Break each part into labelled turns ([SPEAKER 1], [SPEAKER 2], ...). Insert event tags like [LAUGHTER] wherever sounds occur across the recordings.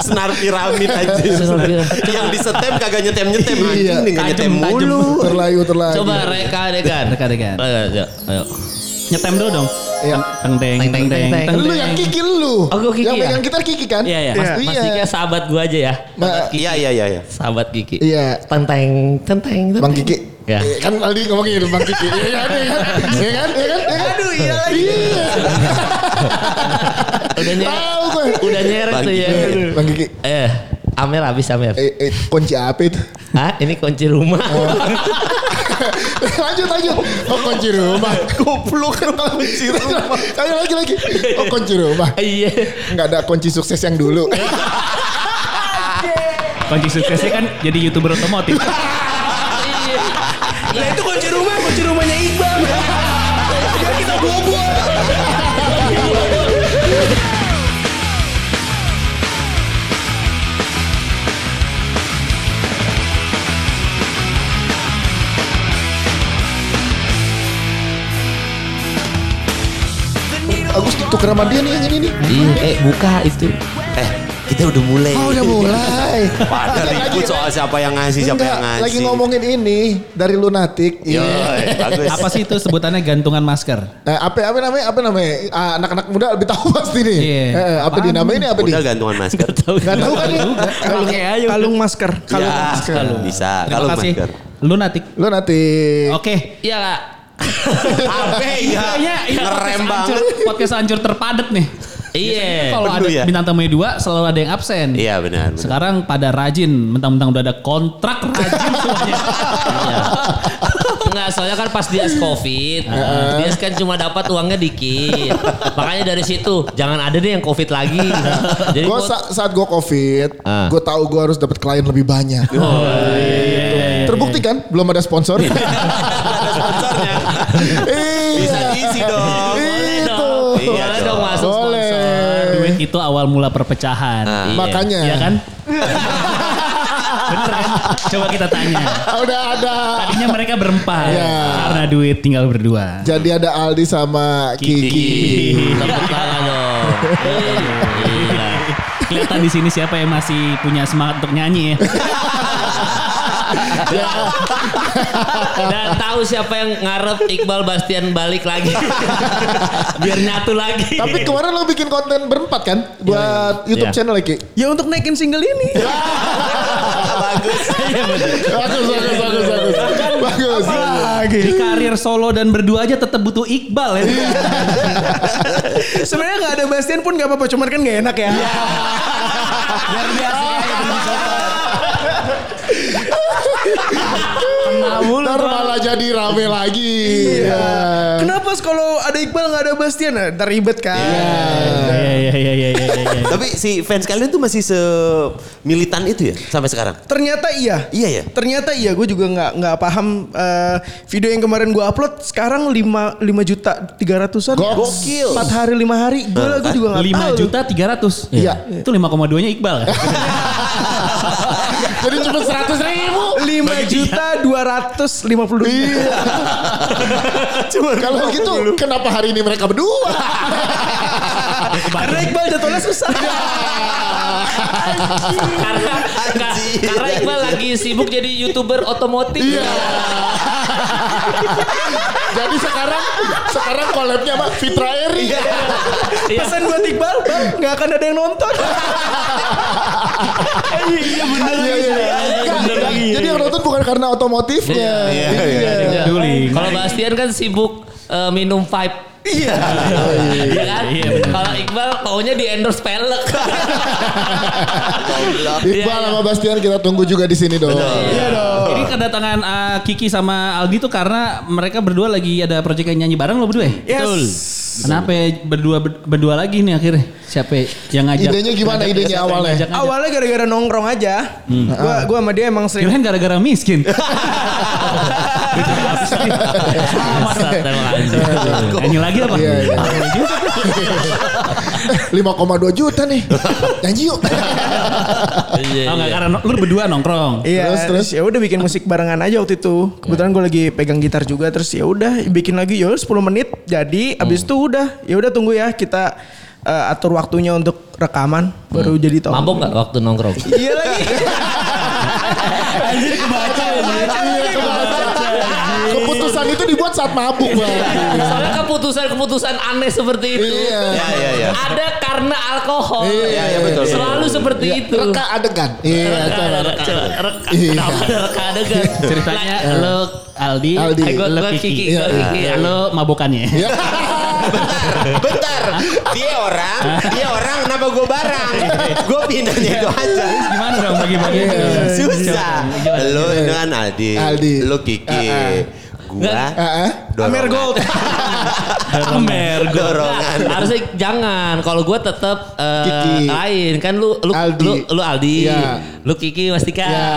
[SPEAKER 1] senar piramid aja.
[SPEAKER 2] Senar piramid.
[SPEAKER 1] yang disetem kagak nyetem-nyetem
[SPEAKER 3] Iya.
[SPEAKER 1] anjing enggak nyetem
[SPEAKER 2] Tajem, tajem.
[SPEAKER 1] mulu.
[SPEAKER 3] Terlayu terlayu.
[SPEAKER 2] Coba reka Kan. dekan, Iya. reka dekan.
[SPEAKER 1] Ayo, ayo, ayo.
[SPEAKER 2] Nyetem dulu dong.
[SPEAKER 3] Iya.
[SPEAKER 2] Teng teng
[SPEAKER 1] Teng, teng,
[SPEAKER 2] teng teng.
[SPEAKER 4] teng.
[SPEAKER 2] teng,
[SPEAKER 3] Lu
[SPEAKER 2] teng.
[SPEAKER 3] yang kiki lu.
[SPEAKER 2] Oh, gua Kiki
[SPEAKER 3] Yang
[SPEAKER 2] ya?
[SPEAKER 3] pegang gitar kiki kan?
[SPEAKER 2] Iya iya. Mas, Mas
[SPEAKER 3] Iya.
[SPEAKER 2] Dika sahabat gua aja ya.
[SPEAKER 3] Ma-
[SPEAKER 1] Iya, iya, iya, iya.
[SPEAKER 2] Sahabat Kiki.
[SPEAKER 3] Iya.
[SPEAKER 4] Tenteng, tenteng, tenteng.
[SPEAKER 3] Bang Kiki.
[SPEAKER 2] Ya.
[SPEAKER 3] Eh, Kan Aldi ngomongin Bang Kiki. Iya kan? Iya kan? Iya kan? Iya kan? Iya kan?
[SPEAKER 1] Aduh, iya lagi.
[SPEAKER 3] Iya.
[SPEAKER 2] Udah nyeret,
[SPEAKER 3] Tahu gue.
[SPEAKER 2] udah nyeret tuh ya.
[SPEAKER 3] Eh, Bang Kiki.
[SPEAKER 2] Eh, Amer habis Amer.
[SPEAKER 3] Eh, eh, kunci apa itu? [LAUGHS]
[SPEAKER 2] Hah? Ini kunci rumah.
[SPEAKER 3] lanjut lanjut. Oh kunci rumah. Goblok
[SPEAKER 1] kan,
[SPEAKER 3] kunci rumah. Ayo lagi lagi. Oh kunci rumah.
[SPEAKER 2] [LAUGHS] Iya.
[SPEAKER 3] Enggak ada kunci sukses yang dulu. Eh,
[SPEAKER 5] Kunci suksesnya kan jadi youtuber otomotif.
[SPEAKER 2] Iya.
[SPEAKER 1] Lah itu kunci rumah, kunci rumahnya Iqbal. Biar kita bobol.
[SPEAKER 3] Agus tuker sama dia nih yang ini nih.
[SPEAKER 2] Iya, eh buka itu.
[SPEAKER 1] Eh, kita udah mulai.
[SPEAKER 3] Oh udah mulai.
[SPEAKER 1] Pada
[SPEAKER 3] Lagi-
[SPEAKER 1] ribut
[SPEAKER 3] lagi-
[SPEAKER 1] soal siapa yang ngasih, siapa
[SPEAKER 3] Enggak,
[SPEAKER 1] yang Iya. ngasih.
[SPEAKER 3] lagi ngomongin ini dari lunatik. Iya.
[SPEAKER 1] Yoi, bagus.
[SPEAKER 5] [LAUGHS] Apa sih itu sebutannya gantungan masker?
[SPEAKER 3] Nah, apa apa namanya? Apa namanya? Ah, anak-anak muda lebih tahu [LAUGHS] pasti nih.
[SPEAKER 5] Iya.
[SPEAKER 3] Eh, eh, apa
[SPEAKER 5] Paham.
[SPEAKER 3] di nama ini apa di?
[SPEAKER 1] Udah gantungan masker. Iya,
[SPEAKER 2] Tahu
[SPEAKER 3] Gak tahu kan ya?
[SPEAKER 2] Kalau kayak ayo.
[SPEAKER 5] ya.
[SPEAKER 4] Kalung masker.
[SPEAKER 1] Kalau masker. Bisa, kalau masker.
[SPEAKER 5] Lunatik.
[SPEAKER 3] Lunatik.
[SPEAKER 5] Oke.
[SPEAKER 2] Iya lah.
[SPEAKER 1] Apa ya?
[SPEAKER 5] Kayaknya ini
[SPEAKER 1] Ngerem
[SPEAKER 5] podcast Iya, hancur,
[SPEAKER 1] banget.
[SPEAKER 5] podcast hancur terpadat nih.
[SPEAKER 2] Iya.
[SPEAKER 5] Kalau
[SPEAKER 1] Penuh
[SPEAKER 5] ada
[SPEAKER 1] ya?
[SPEAKER 5] bintang tamunya dua, selalu ada yang absen.
[SPEAKER 1] Iya benar. benar.
[SPEAKER 5] Sekarang pada rajin, mentang-mentang udah ada kontrak rajin
[SPEAKER 2] [LAUGHS]
[SPEAKER 5] semuanya. Iya.
[SPEAKER 2] Enggak, soalnya kan pas dia covid, dia kan cuma dapat uangnya dikit. Makanya dari situ jangan ada deh yang covid [LAUGHS] lagi. Jadi
[SPEAKER 3] Gue
[SPEAKER 2] gua-
[SPEAKER 3] saat gue covid,
[SPEAKER 1] Ah.
[SPEAKER 3] gue tahu gue harus dapat klien lebih banyak.
[SPEAKER 5] Iya,
[SPEAKER 2] Oh, iya,
[SPEAKER 3] Terbukti kan? Belum ada sponsor.
[SPEAKER 1] Iya. [LAUGHS] Ada sponsornya. Bisa
[SPEAKER 3] Bisa
[SPEAKER 1] diisi dong.
[SPEAKER 2] boleh
[SPEAKER 3] Itu.
[SPEAKER 2] dong,
[SPEAKER 1] Iya
[SPEAKER 2] boleh dong
[SPEAKER 1] dong.
[SPEAKER 2] masuk
[SPEAKER 3] Iya Boleh.
[SPEAKER 2] sponsor.
[SPEAKER 5] Duit itu awal mula perpecahan.
[SPEAKER 1] Ah,
[SPEAKER 2] Iya.
[SPEAKER 3] Makanya.
[SPEAKER 5] Iya kan? [LAUGHS] Bener kan? Coba kita tanya.
[SPEAKER 3] Udah
[SPEAKER 1] [LAUGHS]
[SPEAKER 3] ada.
[SPEAKER 5] Tadinya mereka berempat.
[SPEAKER 3] Iya.
[SPEAKER 5] Karena duit tinggal berdua.
[SPEAKER 3] Jadi ada Aldi sama Kiki.
[SPEAKER 2] Tepuk tangan dong. Iya.
[SPEAKER 5] Kelihatan di sini siapa yang masih punya semangat untuk nyanyi ya.
[SPEAKER 2] Dan tahu siapa yang ngarep Iqbal Bastian balik lagi. Biar nyatu lagi.
[SPEAKER 5] [LAUGHS]
[SPEAKER 3] Tapi kemarin lo bikin konten berempat kan? Buat YouTube
[SPEAKER 5] Iya.
[SPEAKER 3] channel Ki.
[SPEAKER 4] Ya untuk naikin single
[SPEAKER 3] [LAUGHS]
[SPEAKER 4] ini.
[SPEAKER 5] [LAUGHS]
[SPEAKER 1] Bagus.
[SPEAKER 5] Iya,
[SPEAKER 3] Bagus, bagus, bagus, bagus. Bagus.
[SPEAKER 5] Di karir solo dan berdua aja tetap butuh Iqbal ya.
[SPEAKER 4] Sebenarnya nggak ada Bastian pun nggak apa-apa, cuman kan nggak enak ya.
[SPEAKER 2] Iya.
[SPEAKER 5] Biar biar sekali beli soto. Kena mulu
[SPEAKER 3] Ntar
[SPEAKER 5] tuh.
[SPEAKER 3] malah jadi rame lagi. Iya.
[SPEAKER 4] Kenapa sih kalau ada Iqbal nggak ada Bastian? Nah, ntar ribet kan.
[SPEAKER 5] Iya iya iya iya iya iya, iya.
[SPEAKER 1] Tapi si fans kalian tuh masih semilitan itu ya sampai sekarang.
[SPEAKER 4] Ternyata iya.
[SPEAKER 1] Iya ya.
[SPEAKER 4] Ternyata iya, gue juga nggak nggak paham eh, video yang kemarin gue upload sekarang 5 5 juta 300-an.
[SPEAKER 1] Gokil.
[SPEAKER 4] 4 hari 5 hari. Gue gue juga nggak
[SPEAKER 5] 5
[SPEAKER 4] tahu.
[SPEAKER 5] juta 300.
[SPEAKER 3] Iya.
[SPEAKER 5] Itu 5,2-nya Iqbal
[SPEAKER 3] [LAUGHS]
[SPEAKER 5] kan?
[SPEAKER 3] Jadi cuma 100 ribu.
[SPEAKER 4] 5 juta 250
[SPEAKER 3] Iya. Kalau gitu kenapa hari ini mereka berdua?
[SPEAKER 5] [LAUGHS]
[SPEAKER 4] Karena Iqbal jadwalnya susah.
[SPEAKER 2] karena ka-
[SPEAKER 1] Anjing.
[SPEAKER 2] karena Iqbal lagi sibuk jadi youtuber otomotif.
[SPEAKER 4] Iya.
[SPEAKER 3] Iya. Jadi sekarang sekarang collabnya sama Fitra Eri.
[SPEAKER 4] Pesan buat Iqbal, Bang, nggak akan ada yang nonton.
[SPEAKER 5] Iya
[SPEAKER 3] Iya,
[SPEAKER 5] bener.
[SPEAKER 3] iya, iya. Enggak,
[SPEAKER 5] Bener
[SPEAKER 3] enggak.
[SPEAKER 5] lagi.
[SPEAKER 3] Jadi yang nonton bukan karena otomotifnya.
[SPEAKER 1] Iya,
[SPEAKER 3] Iya.
[SPEAKER 1] iya,
[SPEAKER 2] Iya.
[SPEAKER 5] Peduli.
[SPEAKER 2] Kalau Bastian kan sibuk eh, minum pipe.
[SPEAKER 4] Iya.
[SPEAKER 2] Iya kan?
[SPEAKER 5] Iya, benar.
[SPEAKER 2] Kalau Iqbal maunya di endorse pelek. Iya,
[SPEAKER 3] Iqbal sama Bastian kita tunggu juga di sini dong. Iya dong.
[SPEAKER 5] Ini kedatangan uh, Kiki sama Aldi tuh karena mereka berdua lagi ada project yang nyanyi bareng lo berdua ya?
[SPEAKER 4] Yes. Betul.
[SPEAKER 5] Kenapa ya berdua berdua lagi nih akhirnya? Siapa yang ngajak?
[SPEAKER 3] Idenya gimana
[SPEAKER 5] ngajak-
[SPEAKER 3] idenya
[SPEAKER 5] siapa yang
[SPEAKER 3] awalnya?
[SPEAKER 5] ngajak- ngajak?
[SPEAKER 4] Awalnya gara-gara nongkrong aja. Gua gua sama dia emang sering
[SPEAKER 5] Kirain gara-gara miskin.
[SPEAKER 3] Iya.
[SPEAKER 2] Bangsat, emang anjing.
[SPEAKER 5] Nyanyi lagi apa?
[SPEAKER 3] Iya, iya. 5,2 juta nih. Janji yuk.
[SPEAKER 2] Iya,
[SPEAKER 5] Oh enggak
[SPEAKER 2] iya.
[SPEAKER 5] karena no- lu berdua nongkrong.
[SPEAKER 4] Iya,
[SPEAKER 3] Terus,
[SPEAKER 4] terus,
[SPEAKER 3] terus?
[SPEAKER 4] ya udah bikin musik barengan aja waktu itu. Kebetulan gue lagi pegang gitar
[SPEAKER 5] Hmm.
[SPEAKER 4] juga terus ya udah bikin lagi yo 10 menit. Jadi abis itu udah ya udah tunggu ya kita eh, atur waktunya untuk rekaman baru
[SPEAKER 5] Hmm.
[SPEAKER 4] jadi tahu.
[SPEAKER 2] Mabok nggak waktu nongkrong?
[SPEAKER 4] Iya lagi.
[SPEAKER 5] [LAUGHS] Anjir kebaca
[SPEAKER 2] iya,
[SPEAKER 3] Iya, Keputusan itu dibuat saat mabuk Bang.
[SPEAKER 2] Soalnya keputusan-keputusan aneh seperti itu.
[SPEAKER 3] Iya.
[SPEAKER 1] Ya, ya, ya.
[SPEAKER 2] Ada karena alkohol.
[SPEAKER 3] Iya,
[SPEAKER 1] iya, betul, betul.
[SPEAKER 2] Selalu seperti Iya. itu.
[SPEAKER 3] Reka adegan. Iya,
[SPEAKER 2] Reka,
[SPEAKER 3] acara
[SPEAKER 2] reka,
[SPEAKER 3] reka.
[SPEAKER 2] reka.
[SPEAKER 3] Iya.
[SPEAKER 2] Kenapa ada reka adegan? ya,
[SPEAKER 5] Ceritanya eh, lo Aldi,
[SPEAKER 3] Aldi.
[SPEAKER 2] Eh, gua-
[SPEAKER 5] lo
[SPEAKER 2] gua Kiki,
[SPEAKER 5] Kiki,
[SPEAKER 2] gua Kiki.
[SPEAKER 5] Iya. lo mabokannya.
[SPEAKER 3] Iya.
[SPEAKER 1] Bentar, dia orang, dia orang, kenapa gue barang? Gue pindahnya itu aja.
[SPEAKER 5] Gimana dong
[SPEAKER 3] Iya.
[SPEAKER 5] bagi-bagi?
[SPEAKER 1] Susah. Lu itu kan Aldi,
[SPEAKER 3] Aldi. Ah,
[SPEAKER 1] lu Kiki, gua
[SPEAKER 3] Heeh.
[SPEAKER 1] dorongan.
[SPEAKER 4] Amer Gold.
[SPEAKER 5] Amer.
[SPEAKER 1] dorongan.
[SPEAKER 2] Nggak, harusnya jangan. Kalau gue tetap eh,
[SPEAKER 3] Kiki.
[SPEAKER 2] lain kan lu lu
[SPEAKER 3] Aldi.
[SPEAKER 2] lu, lu Aldi,
[SPEAKER 3] Iya.
[SPEAKER 2] lu Kiki Mastika,
[SPEAKER 3] Iya.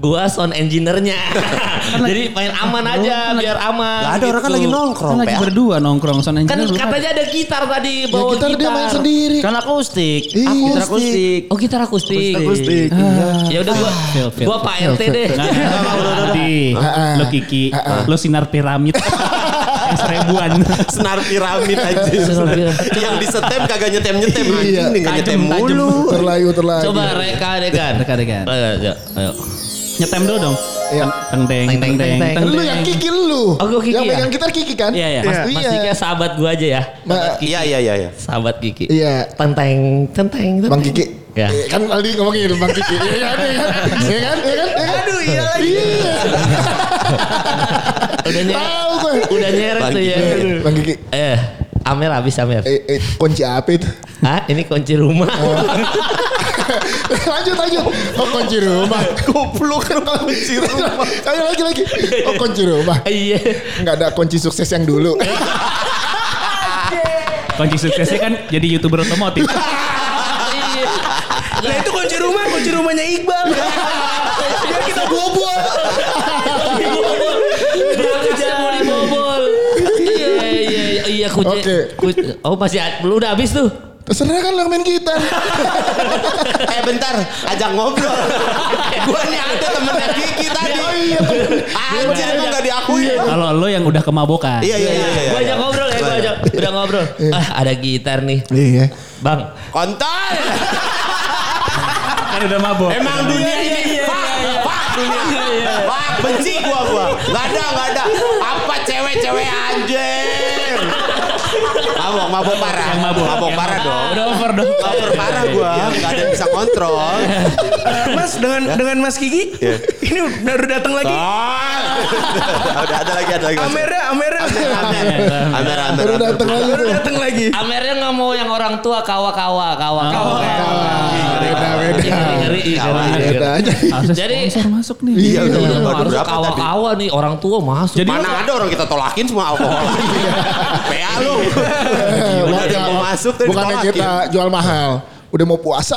[SPEAKER 2] gue sound engineer-nya. [LAUGHS] Jadi main aman aja
[SPEAKER 5] Kan lagi-
[SPEAKER 2] biar aman.
[SPEAKER 1] Gak ada orang kan lagi nongkrong,
[SPEAKER 5] Kan lagi
[SPEAKER 1] Pak.
[SPEAKER 5] berdua nongkrong son
[SPEAKER 2] Kan
[SPEAKER 5] engineer belum ada.
[SPEAKER 2] katanya ada gitar tadi
[SPEAKER 3] Ya
[SPEAKER 2] bawa
[SPEAKER 3] kita
[SPEAKER 2] gitar.
[SPEAKER 3] dia main sendiri.
[SPEAKER 6] Kan akustik.
[SPEAKER 3] Iya.
[SPEAKER 6] Aku gitar akustik.
[SPEAKER 2] Oh gitar akustik.
[SPEAKER 6] Akustik.
[SPEAKER 2] Ya udah gua
[SPEAKER 5] Feel, feel.
[SPEAKER 2] gua Pak RT deh.
[SPEAKER 5] Nah,
[SPEAKER 2] [LAUGHS]
[SPEAKER 5] Aldi,
[SPEAKER 3] Ah,
[SPEAKER 5] lo Kiki,
[SPEAKER 3] ah,
[SPEAKER 5] lo sinar piramid. [LAUGHS] Yang Seribuan.
[SPEAKER 1] Senar piramid aja.
[SPEAKER 2] Senar piramid.
[SPEAKER 1] Yang disetem kagak nyetem-nyetem.
[SPEAKER 3] Iya.
[SPEAKER 1] Anjing nih gak nyetem mulu.
[SPEAKER 3] Terlayu terlayu.
[SPEAKER 2] Coba reka deh kan.
[SPEAKER 5] Reka, reka.
[SPEAKER 2] Ayo, ayo, ayo.
[SPEAKER 5] Nyetem dulu dong.
[SPEAKER 3] Iya.
[SPEAKER 5] Teng teng
[SPEAKER 2] Teng, teng,
[SPEAKER 5] teng teng. Kan
[SPEAKER 2] teng,
[SPEAKER 5] teng,
[SPEAKER 3] Lu
[SPEAKER 5] teng.
[SPEAKER 3] yang kiki lu.
[SPEAKER 2] Oh, gua Kiki
[SPEAKER 3] Yang
[SPEAKER 2] ya?
[SPEAKER 3] pegang gitar kiki kan?
[SPEAKER 2] Iya ya, Mas, Mas
[SPEAKER 3] Iya.
[SPEAKER 2] Dika sahabat gua aja ya.
[SPEAKER 3] Ma-
[SPEAKER 1] Iya, iya, iya. iya.
[SPEAKER 2] Sahabat Kiki.
[SPEAKER 3] Iya.
[SPEAKER 2] Tenteng, tenteng, tenteng.
[SPEAKER 3] Bang Kiki.
[SPEAKER 2] Ya.
[SPEAKER 3] Eh, Kan Aldi ngomongin Bang Kiki. Iya kan? Iya kan? Iya kan? Iya kan? Iya kan?
[SPEAKER 4] Aduh, iya lagi.
[SPEAKER 3] Iya.
[SPEAKER 2] Udah nyeret,
[SPEAKER 3] Tahu gue.
[SPEAKER 2] udah nyeret
[SPEAKER 1] Bang
[SPEAKER 2] tuh ya.
[SPEAKER 1] Kiki.
[SPEAKER 3] Bang Kiki.
[SPEAKER 2] Eh, Amer habis Amer.
[SPEAKER 3] Eh, eh, kunci apa itu?
[SPEAKER 2] Hah, ini kunci rumah.
[SPEAKER 3] Oh. lanjut lanjut. Oh kunci rumah. Goblok kunci rumah. Ayo lagi lagi. Oh kunci rumah.
[SPEAKER 2] [LAUGHS]
[SPEAKER 3] [LAUGHS]
[SPEAKER 2] Iya.
[SPEAKER 3] Enggak ada kunci sukses yang dulu.
[SPEAKER 5] Kunci suksesnya kan jadi youtuber otomotif.
[SPEAKER 2] Iya.
[SPEAKER 4] Nah itu kunci rumah, kunci rumahnya Iqbal. Biar kita bobol.
[SPEAKER 2] Berangkat saya mau dibobol. Iya, iya, iya, iya kunci.
[SPEAKER 3] Oke.
[SPEAKER 2] kunci- Oh, masih ad- lu udah habis tuh.
[SPEAKER 3] Terserah kan lo yang main gitar.
[SPEAKER 1] Eh bentar, ajak ngobrol. Gua nih ada temennya Kiki tadi.
[SPEAKER 3] Oh iya.
[SPEAKER 1] Anjir, emang gak diakui.
[SPEAKER 5] Kalau lo yang udah kemabokan.
[SPEAKER 1] Iya, iya, iya. iya,
[SPEAKER 2] Gua
[SPEAKER 1] iya.
[SPEAKER 2] ajak ngobrol ya, gua ajak. Udah ngobrol. Ah, ada gitar nih.
[SPEAKER 3] Iya.
[SPEAKER 2] Bang,
[SPEAKER 1] Kontol.
[SPEAKER 5] Kan udah mabok. Iya,
[SPEAKER 1] Emang
[SPEAKER 5] [LAUGHS]
[SPEAKER 1] dunia ini Pak, pak dunia. Pak, benci gua gua. Gak ada, gak ada. Apa cewek-cewek anjir. Mabok, mabok parah.
[SPEAKER 5] Yang mabok.
[SPEAKER 1] Mabok
[SPEAKER 5] Yang
[SPEAKER 1] parah dong. Iya.
[SPEAKER 5] Udah over dong.
[SPEAKER 1] Over parah gua, gak ada yang bisa kontrol.
[SPEAKER 4] Mas dengan dengan Mas Kiki.
[SPEAKER 3] Iya.
[SPEAKER 4] Ini baru datang lagi.
[SPEAKER 1] Kontol. Udah ada lagi, ada lagi.
[SPEAKER 4] Amera, Amera.
[SPEAKER 1] Amer, amer, amer.
[SPEAKER 3] Baru datang lagi
[SPEAKER 4] Baru
[SPEAKER 3] tuh.
[SPEAKER 4] datang lagi.
[SPEAKER 2] Amernya nggak mau yang orang tua kawa-kawa,
[SPEAKER 1] Ah,
[SPEAKER 2] kawa-kawa.
[SPEAKER 3] Beda beda.
[SPEAKER 2] Iya, Ngeri,
[SPEAKER 1] Iya, Kawa.
[SPEAKER 2] ngeri, ngeri.
[SPEAKER 3] Beda aja.
[SPEAKER 5] Harusnya
[SPEAKER 2] Jadi-
[SPEAKER 5] sponsor masuk nih.
[SPEAKER 1] Iya, udah, udah.
[SPEAKER 2] Iya,
[SPEAKER 1] Baru
[SPEAKER 2] harus
[SPEAKER 1] berapa tadi?
[SPEAKER 2] kawa-kawa nih orang tua masuk.
[SPEAKER 5] Jadi
[SPEAKER 1] Mana ada orang kita tolakin semua alkohol. PA lu. Udah ada yang mau masuk tadi
[SPEAKER 3] Iya. Bukannya
[SPEAKER 1] ditolakin.
[SPEAKER 3] kita jual mahal. Udah mau puasa.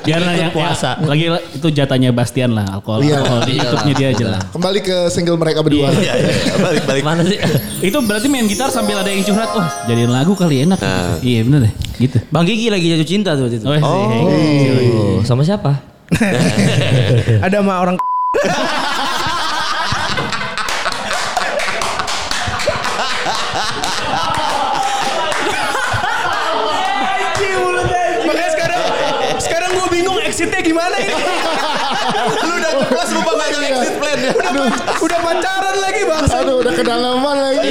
[SPEAKER 5] Biar lah yang puasa. Lagi lah, itu jatahnya Bastian lah alkohol.
[SPEAKER 3] Iya.
[SPEAKER 5] alkohol di YouTube-nya dia aja lah.
[SPEAKER 3] Kembali ke single mereka berdua.
[SPEAKER 1] Iya, iya, iya. balik balik.
[SPEAKER 2] mana sih?
[SPEAKER 5] Itu berarti main gitar sambil ada yang curhat. Wah jadiin lagu kali enak. Iya bener deh. Gitu.
[SPEAKER 6] Bang Kiki lagi jatuh cinta tuh waktu itu.
[SPEAKER 5] Oh,
[SPEAKER 2] iya.
[SPEAKER 1] Iya.
[SPEAKER 2] Oh, sama siapa?
[SPEAKER 4] [LAUGHS] Ada sama orang Anjing, mulut anjing. Makanya sekarang sekarang gue bingung exitnya gimana ini.
[SPEAKER 1] Lu udah kelas lupa nanya exit plan ya.
[SPEAKER 3] Aduh,
[SPEAKER 4] Udah pacaran lagi bang.
[SPEAKER 3] aduh udah kedalaman lagi.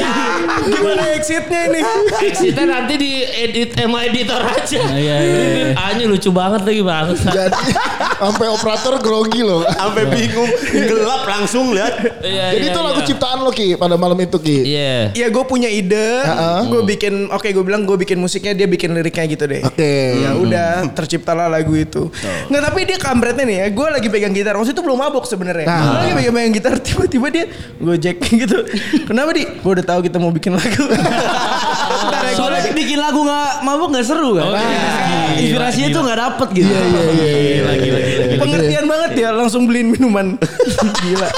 [SPEAKER 4] Gimana exitnya ini?
[SPEAKER 2] Exitnya nanti di edit sama editor aja.
[SPEAKER 5] Iya, iya, iya.
[SPEAKER 2] Anjir lucu banget lagi bang.
[SPEAKER 3] Jadi sampai operator grogi loh.
[SPEAKER 1] Sampai bingung, gelap langsung lihat.
[SPEAKER 3] Jadi itu lagu ciptaan lo Ki pada malam itu Ki.
[SPEAKER 2] Iya.
[SPEAKER 4] Ya gue punya ide, gue bikin, oke gue bilang gue bikin musiknya, dia bikin liriknya gitu deh.
[SPEAKER 3] Oke. Hmm.
[SPEAKER 4] Ya udah terciptalah lagu itu. Nggak tapi dia kampretnya nih ya. Gue lagi pegang gitar. Waktu itu belum mabok sebenarnya.
[SPEAKER 3] Nah.
[SPEAKER 4] Gua lagi pegang pegang gitar tiba-tiba dia gojek [LAUGHS] gitu. Kenapa di? Gue udah tahu kita mau bikin
[SPEAKER 6] [LAUGHS]
[SPEAKER 4] lagu. Ntar ya, gua
[SPEAKER 6] Soalnya
[SPEAKER 4] lagi- Oh,
[SPEAKER 6] bikin lagu nggak mabuk nggak seru kan.
[SPEAKER 5] iya.
[SPEAKER 6] Inspirasinya tuh nggak dapet gitu.
[SPEAKER 3] Iya iya iya.
[SPEAKER 5] Lagi lagi lagi.
[SPEAKER 6] [LAUGHS]
[SPEAKER 4] pengertian banget ya langsung beliin minuman. Gila.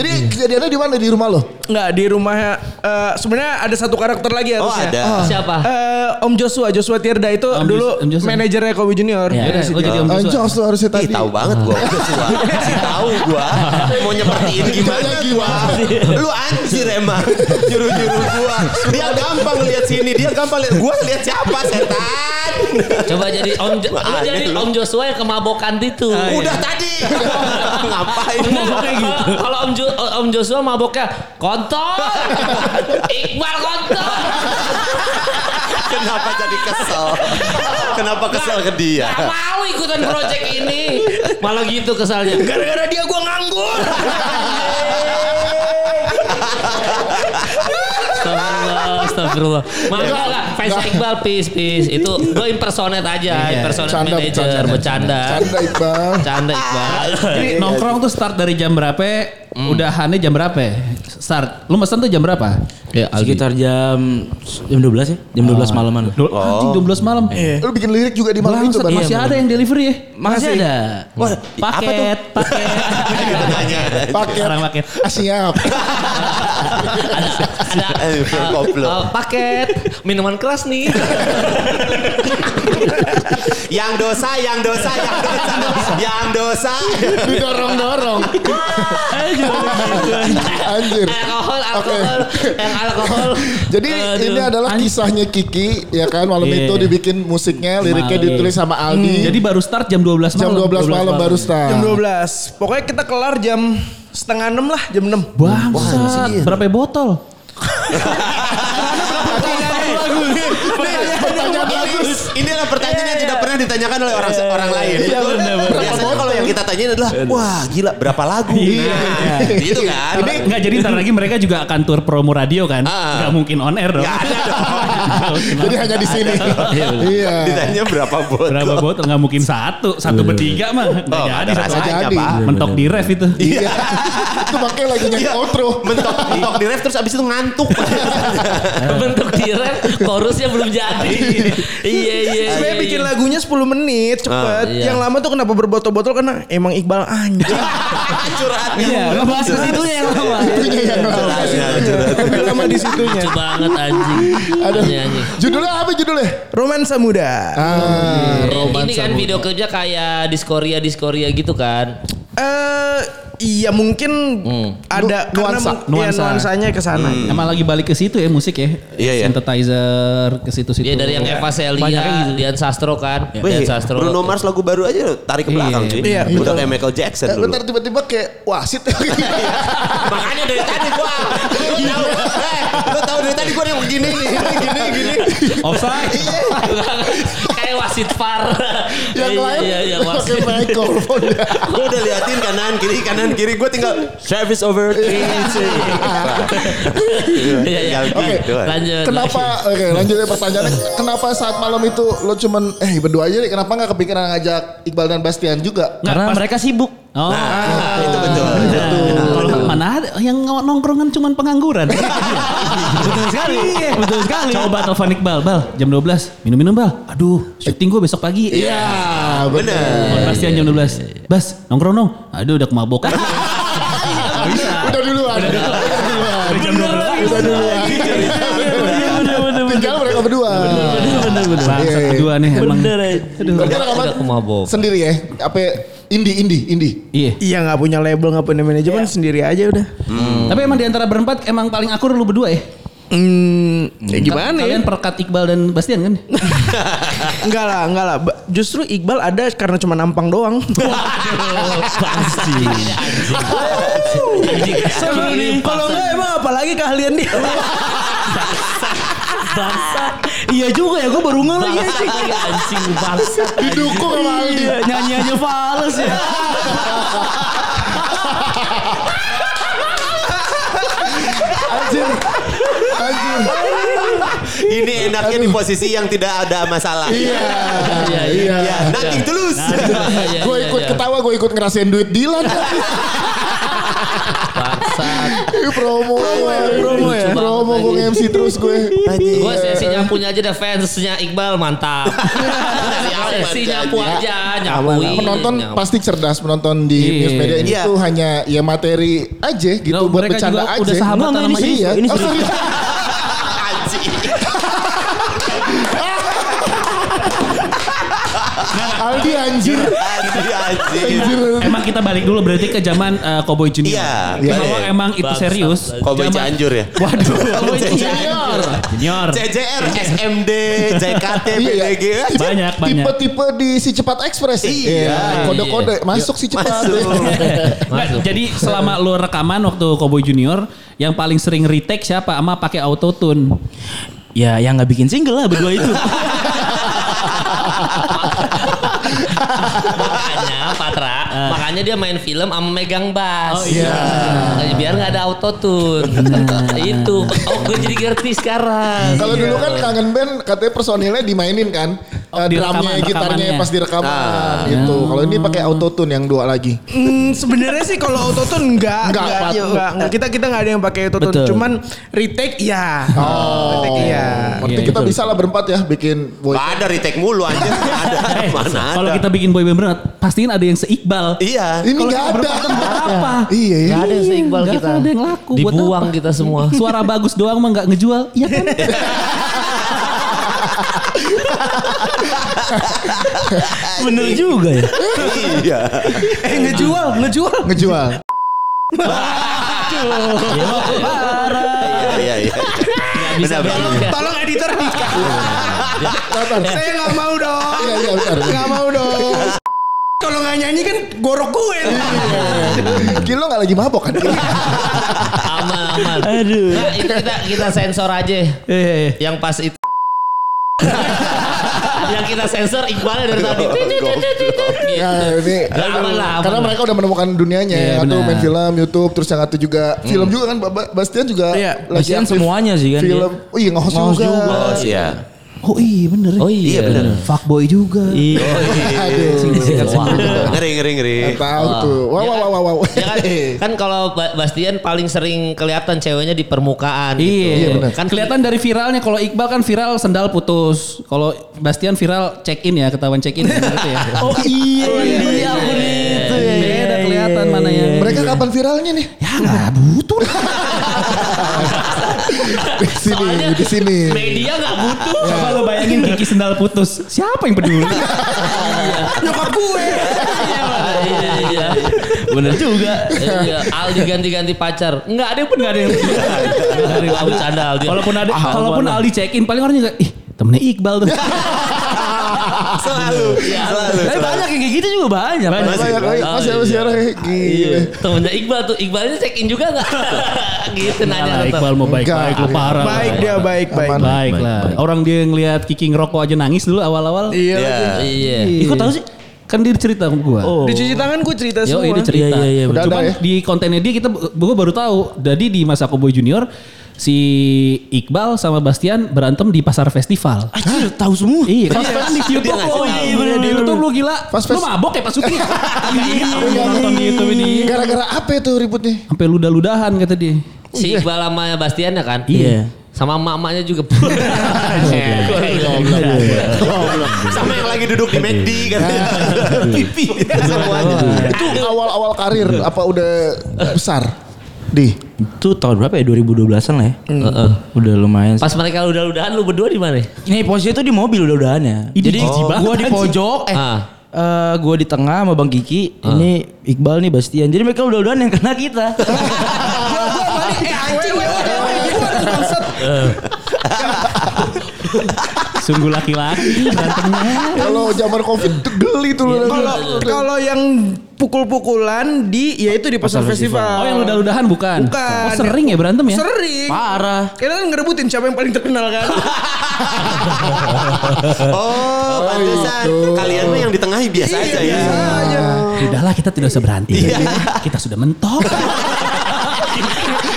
[SPEAKER 3] Jadi kejadiannya di mana di rumah lo?
[SPEAKER 4] Enggak di rumahnya eh, sebenarnya ada satu karakter lagi
[SPEAKER 1] Oh
[SPEAKER 4] harusnya.
[SPEAKER 1] ada.
[SPEAKER 2] Siapa?
[SPEAKER 4] Eh, Om Joshua, Joshua Tirda itu
[SPEAKER 5] Om
[SPEAKER 4] dulu
[SPEAKER 5] Jos- Om Joshua.
[SPEAKER 4] manajernya Kobe Junior.
[SPEAKER 5] Ya,
[SPEAKER 4] Dari situ.
[SPEAKER 5] oh, jadi Om
[SPEAKER 3] Anjing
[SPEAKER 5] Joshua.
[SPEAKER 3] harus- harusnya
[SPEAKER 1] Ih,
[SPEAKER 3] tadi.
[SPEAKER 1] tahu banget gua. Joshua. Kasih tahu gua. Mau nyepertiin Ah. gimana gua. Lu anjir emang. Nyuruh-nyuruh gua. Dia gampang lihat sini, dia gampang lihat gua lihat siapa setan.
[SPEAKER 2] Coba jadi Om Jo- lu
[SPEAKER 1] Aneh
[SPEAKER 2] jadi
[SPEAKER 1] Eh. lu.
[SPEAKER 2] Om Joshua yang kemabokan itu.
[SPEAKER 1] Udah tadi. [LAUGHS] Ngapain?
[SPEAKER 2] Kalau Om, Jo- Om Joshua maboknya
[SPEAKER 1] [LAUGHS]
[SPEAKER 2] kontol. Iqbal kontol.
[SPEAKER 1] Kenapa jadi kesel? Kenapa kesel ke dia?
[SPEAKER 2] Gak mau ikutan project ini. Malah gitu kesalnya.
[SPEAKER 4] Gara-gara dia gua nganggur.
[SPEAKER 2] Astagfirullah, astagfirullah. Maaf
[SPEAKER 1] Iya.
[SPEAKER 2] enggak, enggak. fans Iqbal peace peace. Itu gue impersonate aja, impersonate
[SPEAKER 3] Canda,
[SPEAKER 2] manager,
[SPEAKER 3] bercanda.
[SPEAKER 2] bercanda.
[SPEAKER 3] Canda Iqbal.
[SPEAKER 2] [LAUGHS] Canda Iqbal.
[SPEAKER 5] Jadi nongkrong tuh start dari jam berapa?
[SPEAKER 6] Hmm.
[SPEAKER 5] Udahannya jam berapa? Start. Lu mesen tuh jam berapa? Ya,
[SPEAKER 6] Sekitar jam jam 12 ya? Jam 12 malaman.
[SPEAKER 5] Anjing 12 malam.
[SPEAKER 3] Lu bikin lirik juga di malam Iya. itu
[SPEAKER 5] Bangsat,
[SPEAKER 3] Bang.
[SPEAKER 5] masih ada yang delivery ya?
[SPEAKER 6] Iya, Masih ada.
[SPEAKER 1] Wah, apa tuh?
[SPEAKER 5] Paket, paket.
[SPEAKER 1] Gitu nanya.
[SPEAKER 3] Paket.
[SPEAKER 5] Orang paket.
[SPEAKER 3] Ah, siap.
[SPEAKER 2] Ada
[SPEAKER 1] Eh, Phil
[SPEAKER 2] eh,
[SPEAKER 1] Koplo.
[SPEAKER 2] eh, paket minuman keras
[SPEAKER 3] [LAUGHS]
[SPEAKER 2] nih.
[SPEAKER 1] Yang dosa, yang dosa, yang dosa, yang dosa.
[SPEAKER 3] Didorong-dorong. Anjir.
[SPEAKER 2] alkohol, alkohol, yang alkohol.
[SPEAKER 3] Jadi
[SPEAKER 2] Aduh.
[SPEAKER 3] ini adalah kisahnya Kiki ya kan malam
[SPEAKER 5] Iya.
[SPEAKER 3] itu dibikin musiknya liriknya
[SPEAKER 5] Malam.
[SPEAKER 3] ditulis sama Aldi.
[SPEAKER 5] Hmm. Jadi baru start jam 12 malam.
[SPEAKER 3] jam 12, malam baru start.
[SPEAKER 4] jam 12. Pokoknya kita kelar jam setengah enam lah, jam enam.
[SPEAKER 5] Bangsat, berapa botol?
[SPEAKER 3] Pertanyaan bagus.
[SPEAKER 1] Inilah pertanyaan yang tidak pernah ditanyakan oleh orang orang lain.
[SPEAKER 3] Iya,
[SPEAKER 1] Betul?
[SPEAKER 3] benar, benar.
[SPEAKER 1] Biasanya kalau yang kita tanyain adalah, wah gila berapa lagu? Nah, [LAUGHS] gitu kan?
[SPEAKER 5] Ini nggak jadi ntar lagi mereka juga akan tur promo radio kan?
[SPEAKER 1] Ah.
[SPEAKER 5] Nggak mungkin on air dong.
[SPEAKER 1] Nggak ada
[SPEAKER 5] [LAUGHS]
[SPEAKER 3] Jadi hanya di sini. Iya.
[SPEAKER 1] Ditanya berapa botol?
[SPEAKER 5] Berapa botol? Nggak mungkin satu, satu bertiga mah nggak
[SPEAKER 1] Oh,
[SPEAKER 5] jadi.
[SPEAKER 1] ada
[SPEAKER 5] Satu
[SPEAKER 1] rasanya,
[SPEAKER 3] jadi.
[SPEAKER 1] Pak.
[SPEAKER 5] mentok di ref itu.
[SPEAKER 1] Iya.
[SPEAKER 3] Itu makanya lagi nyanyi
[SPEAKER 1] Iya.
[SPEAKER 3] outro.
[SPEAKER 1] Mentok, mentok di ref terus abis itu ngantuk.
[SPEAKER 2] [LAUGHS]
[SPEAKER 1] [LAUGHS]
[SPEAKER 2] Bentuk direm, chorusnya belum
[SPEAKER 3] [LAUGHS]
[SPEAKER 2] jadi. Iya, iya.
[SPEAKER 4] Sebenarnya
[SPEAKER 2] iya,
[SPEAKER 4] bikin
[SPEAKER 2] iya.
[SPEAKER 4] lagunya 10 menit cepet.
[SPEAKER 2] iya.
[SPEAKER 4] Yang lama tuh kenapa berbotol-botol karena emang Iqbal [LAUGHS] anjing.
[SPEAKER 1] Curhat.
[SPEAKER 6] Iya, ngebahas ke
[SPEAKER 4] ya,
[SPEAKER 6] situnya yang lama.
[SPEAKER 4] iya,
[SPEAKER 3] Itunya yang lama.
[SPEAKER 4] Lebih lama di situnya.
[SPEAKER 2] Lucu banget anjing.
[SPEAKER 3] Aduh.
[SPEAKER 2] Anjing, anjing.
[SPEAKER 3] Judulnya apa judulnya?
[SPEAKER 4] Romansa muda.
[SPEAKER 3] Ah,
[SPEAKER 2] Dan ini
[SPEAKER 3] romansa.
[SPEAKER 2] kan video kerja kayak diskoria diskoria gitu kan.
[SPEAKER 4] Eh iya mungkin
[SPEAKER 3] Nu- nuansa,
[SPEAKER 4] ada karena mung- ya,
[SPEAKER 5] nuansa.
[SPEAKER 4] nuansanya ke sana.
[SPEAKER 5] Emang lagi balik ke situ ya musik ya?
[SPEAKER 1] Iya, iya.
[SPEAKER 5] Synthesizer ke situ-situ.
[SPEAKER 3] Gitu.
[SPEAKER 2] Dia Iya, dari yang Eva
[SPEAKER 5] Banyaknya
[SPEAKER 2] Celia,
[SPEAKER 5] gitu.
[SPEAKER 2] Dian Sastro kan, Dian
[SPEAKER 1] Wih,
[SPEAKER 2] Sastro.
[SPEAKER 1] Bruno Mars lagu baru aja tarik ke belakang cuy.
[SPEAKER 4] Iya,
[SPEAKER 1] Udah kayak Michael Jackson
[SPEAKER 3] Eh, lu
[SPEAKER 1] dulu.
[SPEAKER 3] ntar tiba-tiba kayak wasit. [LAUGHS]
[SPEAKER 1] Makanya dari tadi gua lu tahu, eh, lu tahu dari tadi gua yang begini nih, gini gini.
[SPEAKER 5] Offside.
[SPEAKER 2] [LAUGHS] Kayak wasit far.
[SPEAKER 3] yang
[SPEAKER 2] Iya,
[SPEAKER 3] lain
[SPEAKER 2] iya, iya,
[SPEAKER 3] pakai
[SPEAKER 2] wasit.
[SPEAKER 3] mikrofon.
[SPEAKER 1] Gua udah liatin kanan kiri kanan kiri gua tinggal service over Iya, three, two.
[SPEAKER 2] Iya, iya.
[SPEAKER 1] Tinggal
[SPEAKER 3] Oke.
[SPEAKER 1] gitu.
[SPEAKER 2] Lanjut.
[SPEAKER 3] Kenapa? Oke, lanjut ya pertanyaannya. Kenapa saat malam itu lo cuman eh berdua aja deh. Kenapa nggak kepikiran ngajak Iqbal dan Bastian juga? Nah, gitu.
[SPEAKER 5] Nggak,
[SPEAKER 6] Karena
[SPEAKER 5] pas-
[SPEAKER 6] mereka sibuk.
[SPEAKER 5] Oh,
[SPEAKER 1] Itu betul.
[SPEAKER 5] Nah, Kalau mana ada yang nongkrongan cuman pengangguran. Iya,
[SPEAKER 6] Betul sekali. Betul sekali.
[SPEAKER 5] Coba telepon Iqbal, Bal, jam 12, minum-minum Bal. Aduh, syuting gue besok pagi. Iya.
[SPEAKER 3] Ah,
[SPEAKER 1] Bener.
[SPEAKER 5] Pastian jam 12. Bas, nongkrong dong. Aduh, udah kemabokan.
[SPEAKER 3] Udah duluan. Udah duluan.
[SPEAKER 5] jam 12.
[SPEAKER 3] Udah duluan. Tinggal mereka berdua.
[SPEAKER 5] Bener, bener.
[SPEAKER 3] Iya,
[SPEAKER 5] Bangsat
[SPEAKER 3] iya.
[SPEAKER 5] kedua nih emang.
[SPEAKER 3] Berarti
[SPEAKER 2] Udah,
[SPEAKER 3] rekaman
[SPEAKER 2] udah kemabok.
[SPEAKER 3] Sendiri ya. Apa indie indie indie.
[SPEAKER 5] Iya.
[SPEAKER 4] Iya nggak punya label nggak punya manajemen sendiri aja udah.
[SPEAKER 5] Tapi emang di antara berempat emang paling akur lu berdua ya?
[SPEAKER 4] Hmm, ya gimana ya?
[SPEAKER 5] Kalian perkat Iqbal dan Bastian kan?
[SPEAKER 4] Enggak lah, enggak lah. Ba- Justru Iqbal ada karena cuma nampang [LAUGHS] doang.
[SPEAKER 5] Pasti.
[SPEAKER 4] Seru nih. Kalau enggak emang apalagi keahlian [LAUGHS] dia.
[SPEAKER 6] Iya juga ya, gue baru ngelag
[SPEAKER 3] iya
[SPEAKER 6] ya.
[SPEAKER 2] Bangsat lagi, anjing bangsat.
[SPEAKER 3] Didukung sama Aldi.
[SPEAKER 6] Nyanyi aja fals ya.
[SPEAKER 3] Anjir. Anjir.
[SPEAKER 1] Ini enaknya di posisi yang tidak ada masalah.
[SPEAKER 3] Iya.
[SPEAKER 2] Iya, iya.
[SPEAKER 3] Iya.
[SPEAKER 1] Ya, nothing to lose.
[SPEAKER 2] Iya,
[SPEAKER 3] Gue
[SPEAKER 2] iya,
[SPEAKER 3] ikut
[SPEAKER 2] iya.
[SPEAKER 3] ketawa, gue ikut ngerasain duit Dilan.
[SPEAKER 2] Bangsat.
[SPEAKER 3] promo. Promo ya.
[SPEAKER 2] promo ya.
[SPEAKER 3] Promo gue MC terus gue.
[SPEAKER 2] Gue sesi
[SPEAKER 3] Iya.
[SPEAKER 2] nyapunya aja deh fansnya Iqbal
[SPEAKER 3] [LAUGHS]
[SPEAKER 2] mantap. sesi nyapu aja, nyapuin.
[SPEAKER 3] Iya. Penonton
[SPEAKER 2] nyapu.
[SPEAKER 3] pasti cerdas penonton di news media ini
[SPEAKER 1] Iya.
[SPEAKER 3] tuh hanya ya materi aja gitu
[SPEAKER 5] Nggak,
[SPEAKER 3] buat
[SPEAKER 5] mereka
[SPEAKER 3] bercanda
[SPEAKER 5] juga
[SPEAKER 3] aja.
[SPEAKER 5] udah sahabat.
[SPEAKER 6] Enggak, enggak, ini serius. Ini
[SPEAKER 3] Iya.
[SPEAKER 5] Sama
[SPEAKER 3] Oh,
[SPEAKER 6] serius.
[SPEAKER 3] sorry. Aldi anjir.
[SPEAKER 1] Anjir, anjir.
[SPEAKER 3] Anjir.
[SPEAKER 5] [LAUGHS] Emang kita balik dulu berarti ke zaman eh, Cowboy Junior.
[SPEAKER 1] Iya,
[SPEAKER 3] iya.
[SPEAKER 5] Kalau emang itu
[SPEAKER 2] Bangsat,
[SPEAKER 5] serius.
[SPEAKER 1] Cowboy
[SPEAKER 5] zaman-
[SPEAKER 1] Cianjur ya?
[SPEAKER 5] [LAUGHS] Waduh. Cowboy
[SPEAKER 2] Iya,
[SPEAKER 1] Cianjur.
[SPEAKER 5] Junior.
[SPEAKER 1] CJR, SMD, JKT,
[SPEAKER 3] Iya, ya.
[SPEAKER 1] BDG.
[SPEAKER 5] Banyak banyak.
[SPEAKER 3] Tipe-tipe di si cepat ekspres. ya?
[SPEAKER 1] Iya.
[SPEAKER 3] Kode-kode masuk si cepat.
[SPEAKER 5] Iya. Eh, Nggak, jadi selama lu rekaman waktu Cowboy Junior yang paling sering retake siapa? Ama pakai autotune.
[SPEAKER 6] Ya yang nggak bikin single lah berdua itu.
[SPEAKER 2] makanya Patra, makanya dia main film sama megang bass.
[SPEAKER 5] Ah. Oh, iya.
[SPEAKER 2] Nah, Biar nggak ada autotune. [LAUGHS] Itu. Oh gue jadi ngerti sekarang.
[SPEAKER 3] Kalau
[SPEAKER 5] Iya.
[SPEAKER 3] dulu kan kangen band katanya personilnya dimainin kan. Eh,
[SPEAKER 5] Oh, di
[SPEAKER 3] drumnya,
[SPEAKER 5] rekaman-
[SPEAKER 3] gitarnya
[SPEAKER 5] rekamannya.
[SPEAKER 3] pas direkaman gitu. Kalau ini pakai autotune yang dua lagi.
[SPEAKER 4] Hmm, sebenarnya sih kalau autotune enggak,
[SPEAKER 3] Enggak,
[SPEAKER 4] enggak,
[SPEAKER 3] Pak.
[SPEAKER 4] yuk, enggak, enggak. Kita kita enggak ada yang pakai autotune.
[SPEAKER 6] Betul.
[SPEAKER 4] Cuman retake iya.
[SPEAKER 3] Oh.
[SPEAKER 4] Retake iya.
[SPEAKER 3] Berarti
[SPEAKER 5] Iya,
[SPEAKER 3] kita
[SPEAKER 5] betul.
[SPEAKER 3] bisa lah berempat ya bikin voice.
[SPEAKER 1] Gak ada retake mulu anjir. Nggak ada.
[SPEAKER 5] Eh,
[SPEAKER 1] Mana ada.
[SPEAKER 5] [LAUGHS] Kalau kita bikin boyband berat, pastiin ada yang seiqbal.
[SPEAKER 1] Iya.
[SPEAKER 3] Ini nggak ada.
[SPEAKER 5] Apa?
[SPEAKER 3] Iya ya.
[SPEAKER 2] Gak ada yang seimbal
[SPEAKER 5] Nggak
[SPEAKER 2] kita.
[SPEAKER 5] akan ada yang laku. Buat
[SPEAKER 2] Dibuang
[SPEAKER 5] apa?
[SPEAKER 2] kita
[SPEAKER 3] [LAUGHS]
[SPEAKER 2] semua.
[SPEAKER 5] Suara bagus doang mah nggak ngejual. Iya kan?
[SPEAKER 6] Bener juga
[SPEAKER 5] [LAUGHS]
[SPEAKER 6] ya.
[SPEAKER 1] Iya.
[SPEAKER 4] [LAUGHS] Eh ngejual, ngejual.
[SPEAKER 3] Ngejual.
[SPEAKER 1] Iya, iya, iya.
[SPEAKER 2] bisa
[SPEAKER 1] Benar,
[SPEAKER 2] belok
[SPEAKER 1] benar.
[SPEAKER 3] [LAUGHS]
[SPEAKER 2] ya.
[SPEAKER 4] Tolong editor dikat. Saya enggak mau dong.
[SPEAKER 3] Iya iya bentar.
[SPEAKER 4] Enggak Eh. mau dong. Kalau nggak nyanyi kan gorok gue.
[SPEAKER 3] Iya. Kilo nggak lagi mabok kan?
[SPEAKER 2] Aman, aman.
[SPEAKER 6] Aduh.
[SPEAKER 2] Nah, itu kita kita sensor aja.
[SPEAKER 5] Eh,
[SPEAKER 2] Yang pas itu. [LAUGHS] yang kita sensor Iqbalnya dari tadi.
[SPEAKER 3] Ya, ini
[SPEAKER 2] Lah, aman lah, aman
[SPEAKER 3] karena
[SPEAKER 2] lah.
[SPEAKER 3] mereka udah menemukan dunianya
[SPEAKER 5] Iya,
[SPEAKER 3] yang satu
[SPEAKER 5] benar.
[SPEAKER 3] main film YouTube terus yang satu juga film juga kan Ba- Ba- Bastian juga
[SPEAKER 4] Iya,
[SPEAKER 3] lagi
[SPEAKER 6] Bastian
[SPEAKER 3] aktif.
[SPEAKER 6] semuanya sih kan
[SPEAKER 3] film oh iya nge-host
[SPEAKER 6] Nge-host
[SPEAKER 3] juga,
[SPEAKER 6] juga.
[SPEAKER 1] Oh, iya.
[SPEAKER 6] Oh iya bener.
[SPEAKER 2] Oh iya, bener.
[SPEAKER 6] Fuckboy juga. Oh, iya,
[SPEAKER 2] Iya.
[SPEAKER 5] Oh,
[SPEAKER 3] aduh
[SPEAKER 5] iya,
[SPEAKER 1] Ngeri, ngeri, ngeri.
[SPEAKER 3] nggak tahu tuh wow wow wow wow
[SPEAKER 2] Ya kan, kan kalau Ba- Bastian paling sering kelihatan ceweknya di permukaan
[SPEAKER 5] Iya,
[SPEAKER 2] gitu.
[SPEAKER 3] benar.
[SPEAKER 2] Kan
[SPEAKER 5] kelihatan dari viralnya kalau Iqbal kan viral sendal putus. Kalau Bastian viral check in ya, ketahuan check in gitu ya.
[SPEAKER 6] [LAUGHS] Oh iya, dia akun itu ya.
[SPEAKER 5] Beda kelihatan mana yang
[SPEAKER 3] mereka kapan viralnya nih ya nggak butuh di sini
[SPEAKER 2] Soalnya
[SPEAKER 3] di sini
[SPEAKER 2] media nggak butuh.
[SPEAKER 5] Coba lo bayangin Kiki sendal putus. Siapa yang
[SPEAKER 6] [LAUGHS]
[SPEAKER 5] peduli?
[SPEAKER 4] Nyokap gue.
[SPEAKER 3] Iya.
[SPEAKER 2] Iya, iya,
[SPEAKER 6] Bener juga.
[SPEAKER 2] iya. Iya, Aldi ganti-ganti pacar. Nggak ada pun nggak ada yang Nggak ada yang tahu bercanda Aldi. Ah,
[SPEAKER 5] Walaupun ada,
[SPEAKER 6] Ah,
[SPEAKER 5] kalaupun Aldi check in, paling orang juga, ih temennya Iqbal
[SPEAKER 6] [LAUGHS]
[SPEAKER 5] tuh.
[SPEAKER 1] Selalu, selalu.
[SPEAKER 6] Tapi
[SPEAKER 1] selalu.
[SPEAKER 6] banyak yang kayak gitu juga banyak.
[SPEAKER 5] Banyak.
[SPEAKER 1] Masih,
[SPEAKER 3] banyak lagi masih ada siaran kayak
[SPEAKER 2] iya.
[SPEAKER 3] gila
[SPEAKER 2] temennya Iqbal tuh Iqbalnya check in juga nggak? gitu nanya
[SPEAKER 5] Nah,
[SPEAKER 2] tetap.
[SPEAKER 5] Iqbal mau
[SPEAKER 3] Enggak.
[SPEAKER 5] baik-baik lu parah.
[SPEAKER 4] Baik dia baik baik.
[SPEAKER 3] Aman.
[SPEAKER 5] Baik lah. Orang dia ngelihat Kiki ngerokok aja nangis dulu awal-awal.
[SPEAKER 4] Iya.
[SPEAKER 1] Iya.
[SPEAKER 2] Iya.
[SPEAKER 5] Ikut tahu sih? Kan dia cerita sama gua.
[SPEAKER 6] Oh.
[SPEAKER 4] Dicuci tangan gue cerita
[SPEAKER 5] Yo,
[SPEAKER 4] semua.
[SPEAKER 5] ini cerita.
[SPEAKER 6] Iya, iya, iya,
[SPEAKER 3] Udah
[SPEAKER 5] Cuman
[SPEAKER 3] ada ya?
[SPEAKER 5] di kontennya dia kita gue baru tahu. Jadi di masa Cowboy Junior si Iqbal sama Bastian berantem di pasar festival.
[SPEAKER 6] Anjir, tahu semua.
[SPEAKER 5] Iya, pas kan di YouTube
[SPEAKER 1] ngasih
[SPEAKER 5] oh,
[SPEAKER 1] tahu.
[SPEAKER 5] iya, bener, di YouTube lu gila.
[SPEAKER 3] Pas
[SPEAKER 5] lu
[SPEAKER 3] fest-
[SPEAKER 5] mabok ya Pak Sutri. Iya,
[SPEAKER 3] Iya.
[SPEAKER 5] gua nonton di YouTube ini.
[SPEAKER 3] gara-gara apa itu ributnya
[SPEAKER 5] Sampai ludah-ludahan kata dia.
[SPEAKER 2] Si Iqbal sama Bastian ya kan?
[SPEAKER 6] Iya.
[SPEAKER 2] Sama emak-emaknya juga. Iya.
[SPEAKER 1] Sama yang lagi duduk di McD kan. [LAUGHS] Pipi. Semuanya.
[SPEAKER 3] itu awal-awal karir apa udah besar di
[SPEAKER 6] Itu tahun berapa ya? 2012-an lah ya.
[SPEAKER 4] Hmm.
[SPEAKER 6] Heeh. Udah lumayan.
[SPEAKER 2] Pas mereka udah-udahan lu berdua di mana?
[SPEAKER 6] Ini posisinya tuh di mobil udah-udahannya. Jadi gua di pojok, eh
[SPEAKER 2] Ah.
[SPEAKER 6] eh, gua di tengah sama Bang Kiki,
[SPEAKER 4] Ah.
[SPEAKER 6] ini Iqbal nih Bastian. Jadi mereka udah-udahan yang kena
[SPEAKER 4] [LAUGHS]
[SPEAKER 6] kita.
[SPEAKER 4] Eh anjing. weh, weh, weh, weh, keluar tuh, bangsat.
[SPEAKER 5] Sungguh laki-laki berantemnya.
[SPEAKER 3] kalau zaman covid tuh geli tuh lu.
[SPEAKER 4] Kalau kalau yang pukul-pukulan di ya itu di pasar festival.
[SPEAKER 5] Oh, yang ludah-ludahan bukan?
[SPEAKER 4] Bukan.
[SPEAKER 5] Oh, sering ya berantem ya?
[SPEAKER 4] Sering.
[SPEAKER 6] Parah.
[SPEAKER 4] Kita kan ngerebutin siapa yang paling terkenal kan. [LAUGHS]
[SPEAKER 1] Oh, pantesan. Kalian mah yang di tengah biasa aja ya.
[SPEAKER 4] Iya.
[SPEAKER 5] Sudahlah Oh. kita tidak usah berhenti. Kita sudah mentok.
[SPEAKER 6] [LAUGHS]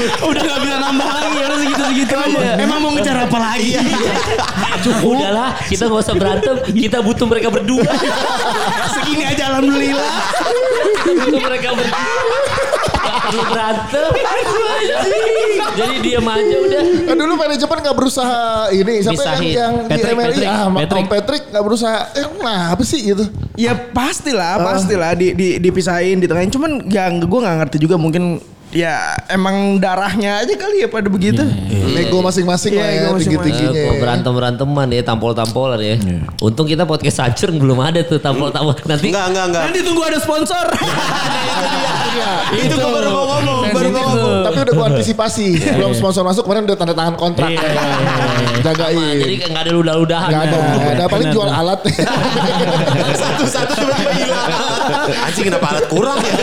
[SPEAKER 6] Udah gak bisa nambah lagi, harus segitu-segitu aja.
[SPEAKER 4] Iya.
[SPEAKER 6] Emang mau ngejar apa lagi?
[SPEAKER 2] Cukup. Udahlah, kita gak usah berantem. Kita butuh mereka berdua.
[SPEAKER 6] [LAUGHS] Segini aja alhamdulillah.
[SPEAKER 2] butuh mereka berdua. Gak perlu berantem. berantem. Jadi diem aja udah.
[SPEAKER 3] Kan dulu manajemen nggak berusaha ini sampai yang,
[SPEAKER 2] Misahin.
[SPEAKER 3] yang
[SPEAKER 5] Patrick,
[SPEAKER 3] di MLI
[SPEAKER 5] Patrick,
[SPEAKER 3] ah, Patrick.
[SPEAKER 5] Patrick.
[SPEAKER 3] Om Patrick nggak berusaha. Eh, nah apa sih gitu?
[SPEAKER 4] Ya pastilah, pastilah di, di dipisahin di tengahin. Cuman yang gue nggak ngerti juga mungkin ya emang darahnya aja kali ya pada begitu.
[SPEAKER 3] Nego masing-masing
[SPEAKER 4] Iya,
[SPEAKER 3] lah
[SPEAKER 4] ego
[SPEAKER 3] ya,
[SPEAKER 4] masing-masing.
[SPEAKER 3] tinggi-tingginya. ya.
[SPEAKER 2] Iya, berantem beranteman Eh, ya tampol tampolan ya.
[SPEAKER 3] Iya.
[SPEAKER 2] Untung kita podcast hancur belum ada tuh tampol tampol. Nanti
[SPEAKER 1] Enggak, enggak, enggak.
[SPEAKER 4] Nanti tunggu ada sponsor.
[SPEAKER 6] [LAUGHS]
[SPEAKER 1] Itu gue baru mau ngomong, baru mau
[SPEAKER 2] Sensitif
[SPEAKER 1] ngomong.
[SPEAKER 2] tuh.
[SPEAKER 3] Tapi udah gua antisipasi. Sebelum sponsor masuk kemarin udah tanda tangan kontrak. Jagain.
[SPEAKER 2] jadi nggak ada ludah-ludahan.
[SPEAKER 3] Gak ada, gak ada. Paling jual alat. [LAUGHS]
[SPEAKER 1] Satu-satu tiba-tiba hilang. Anjing kenapa alat kurang ya?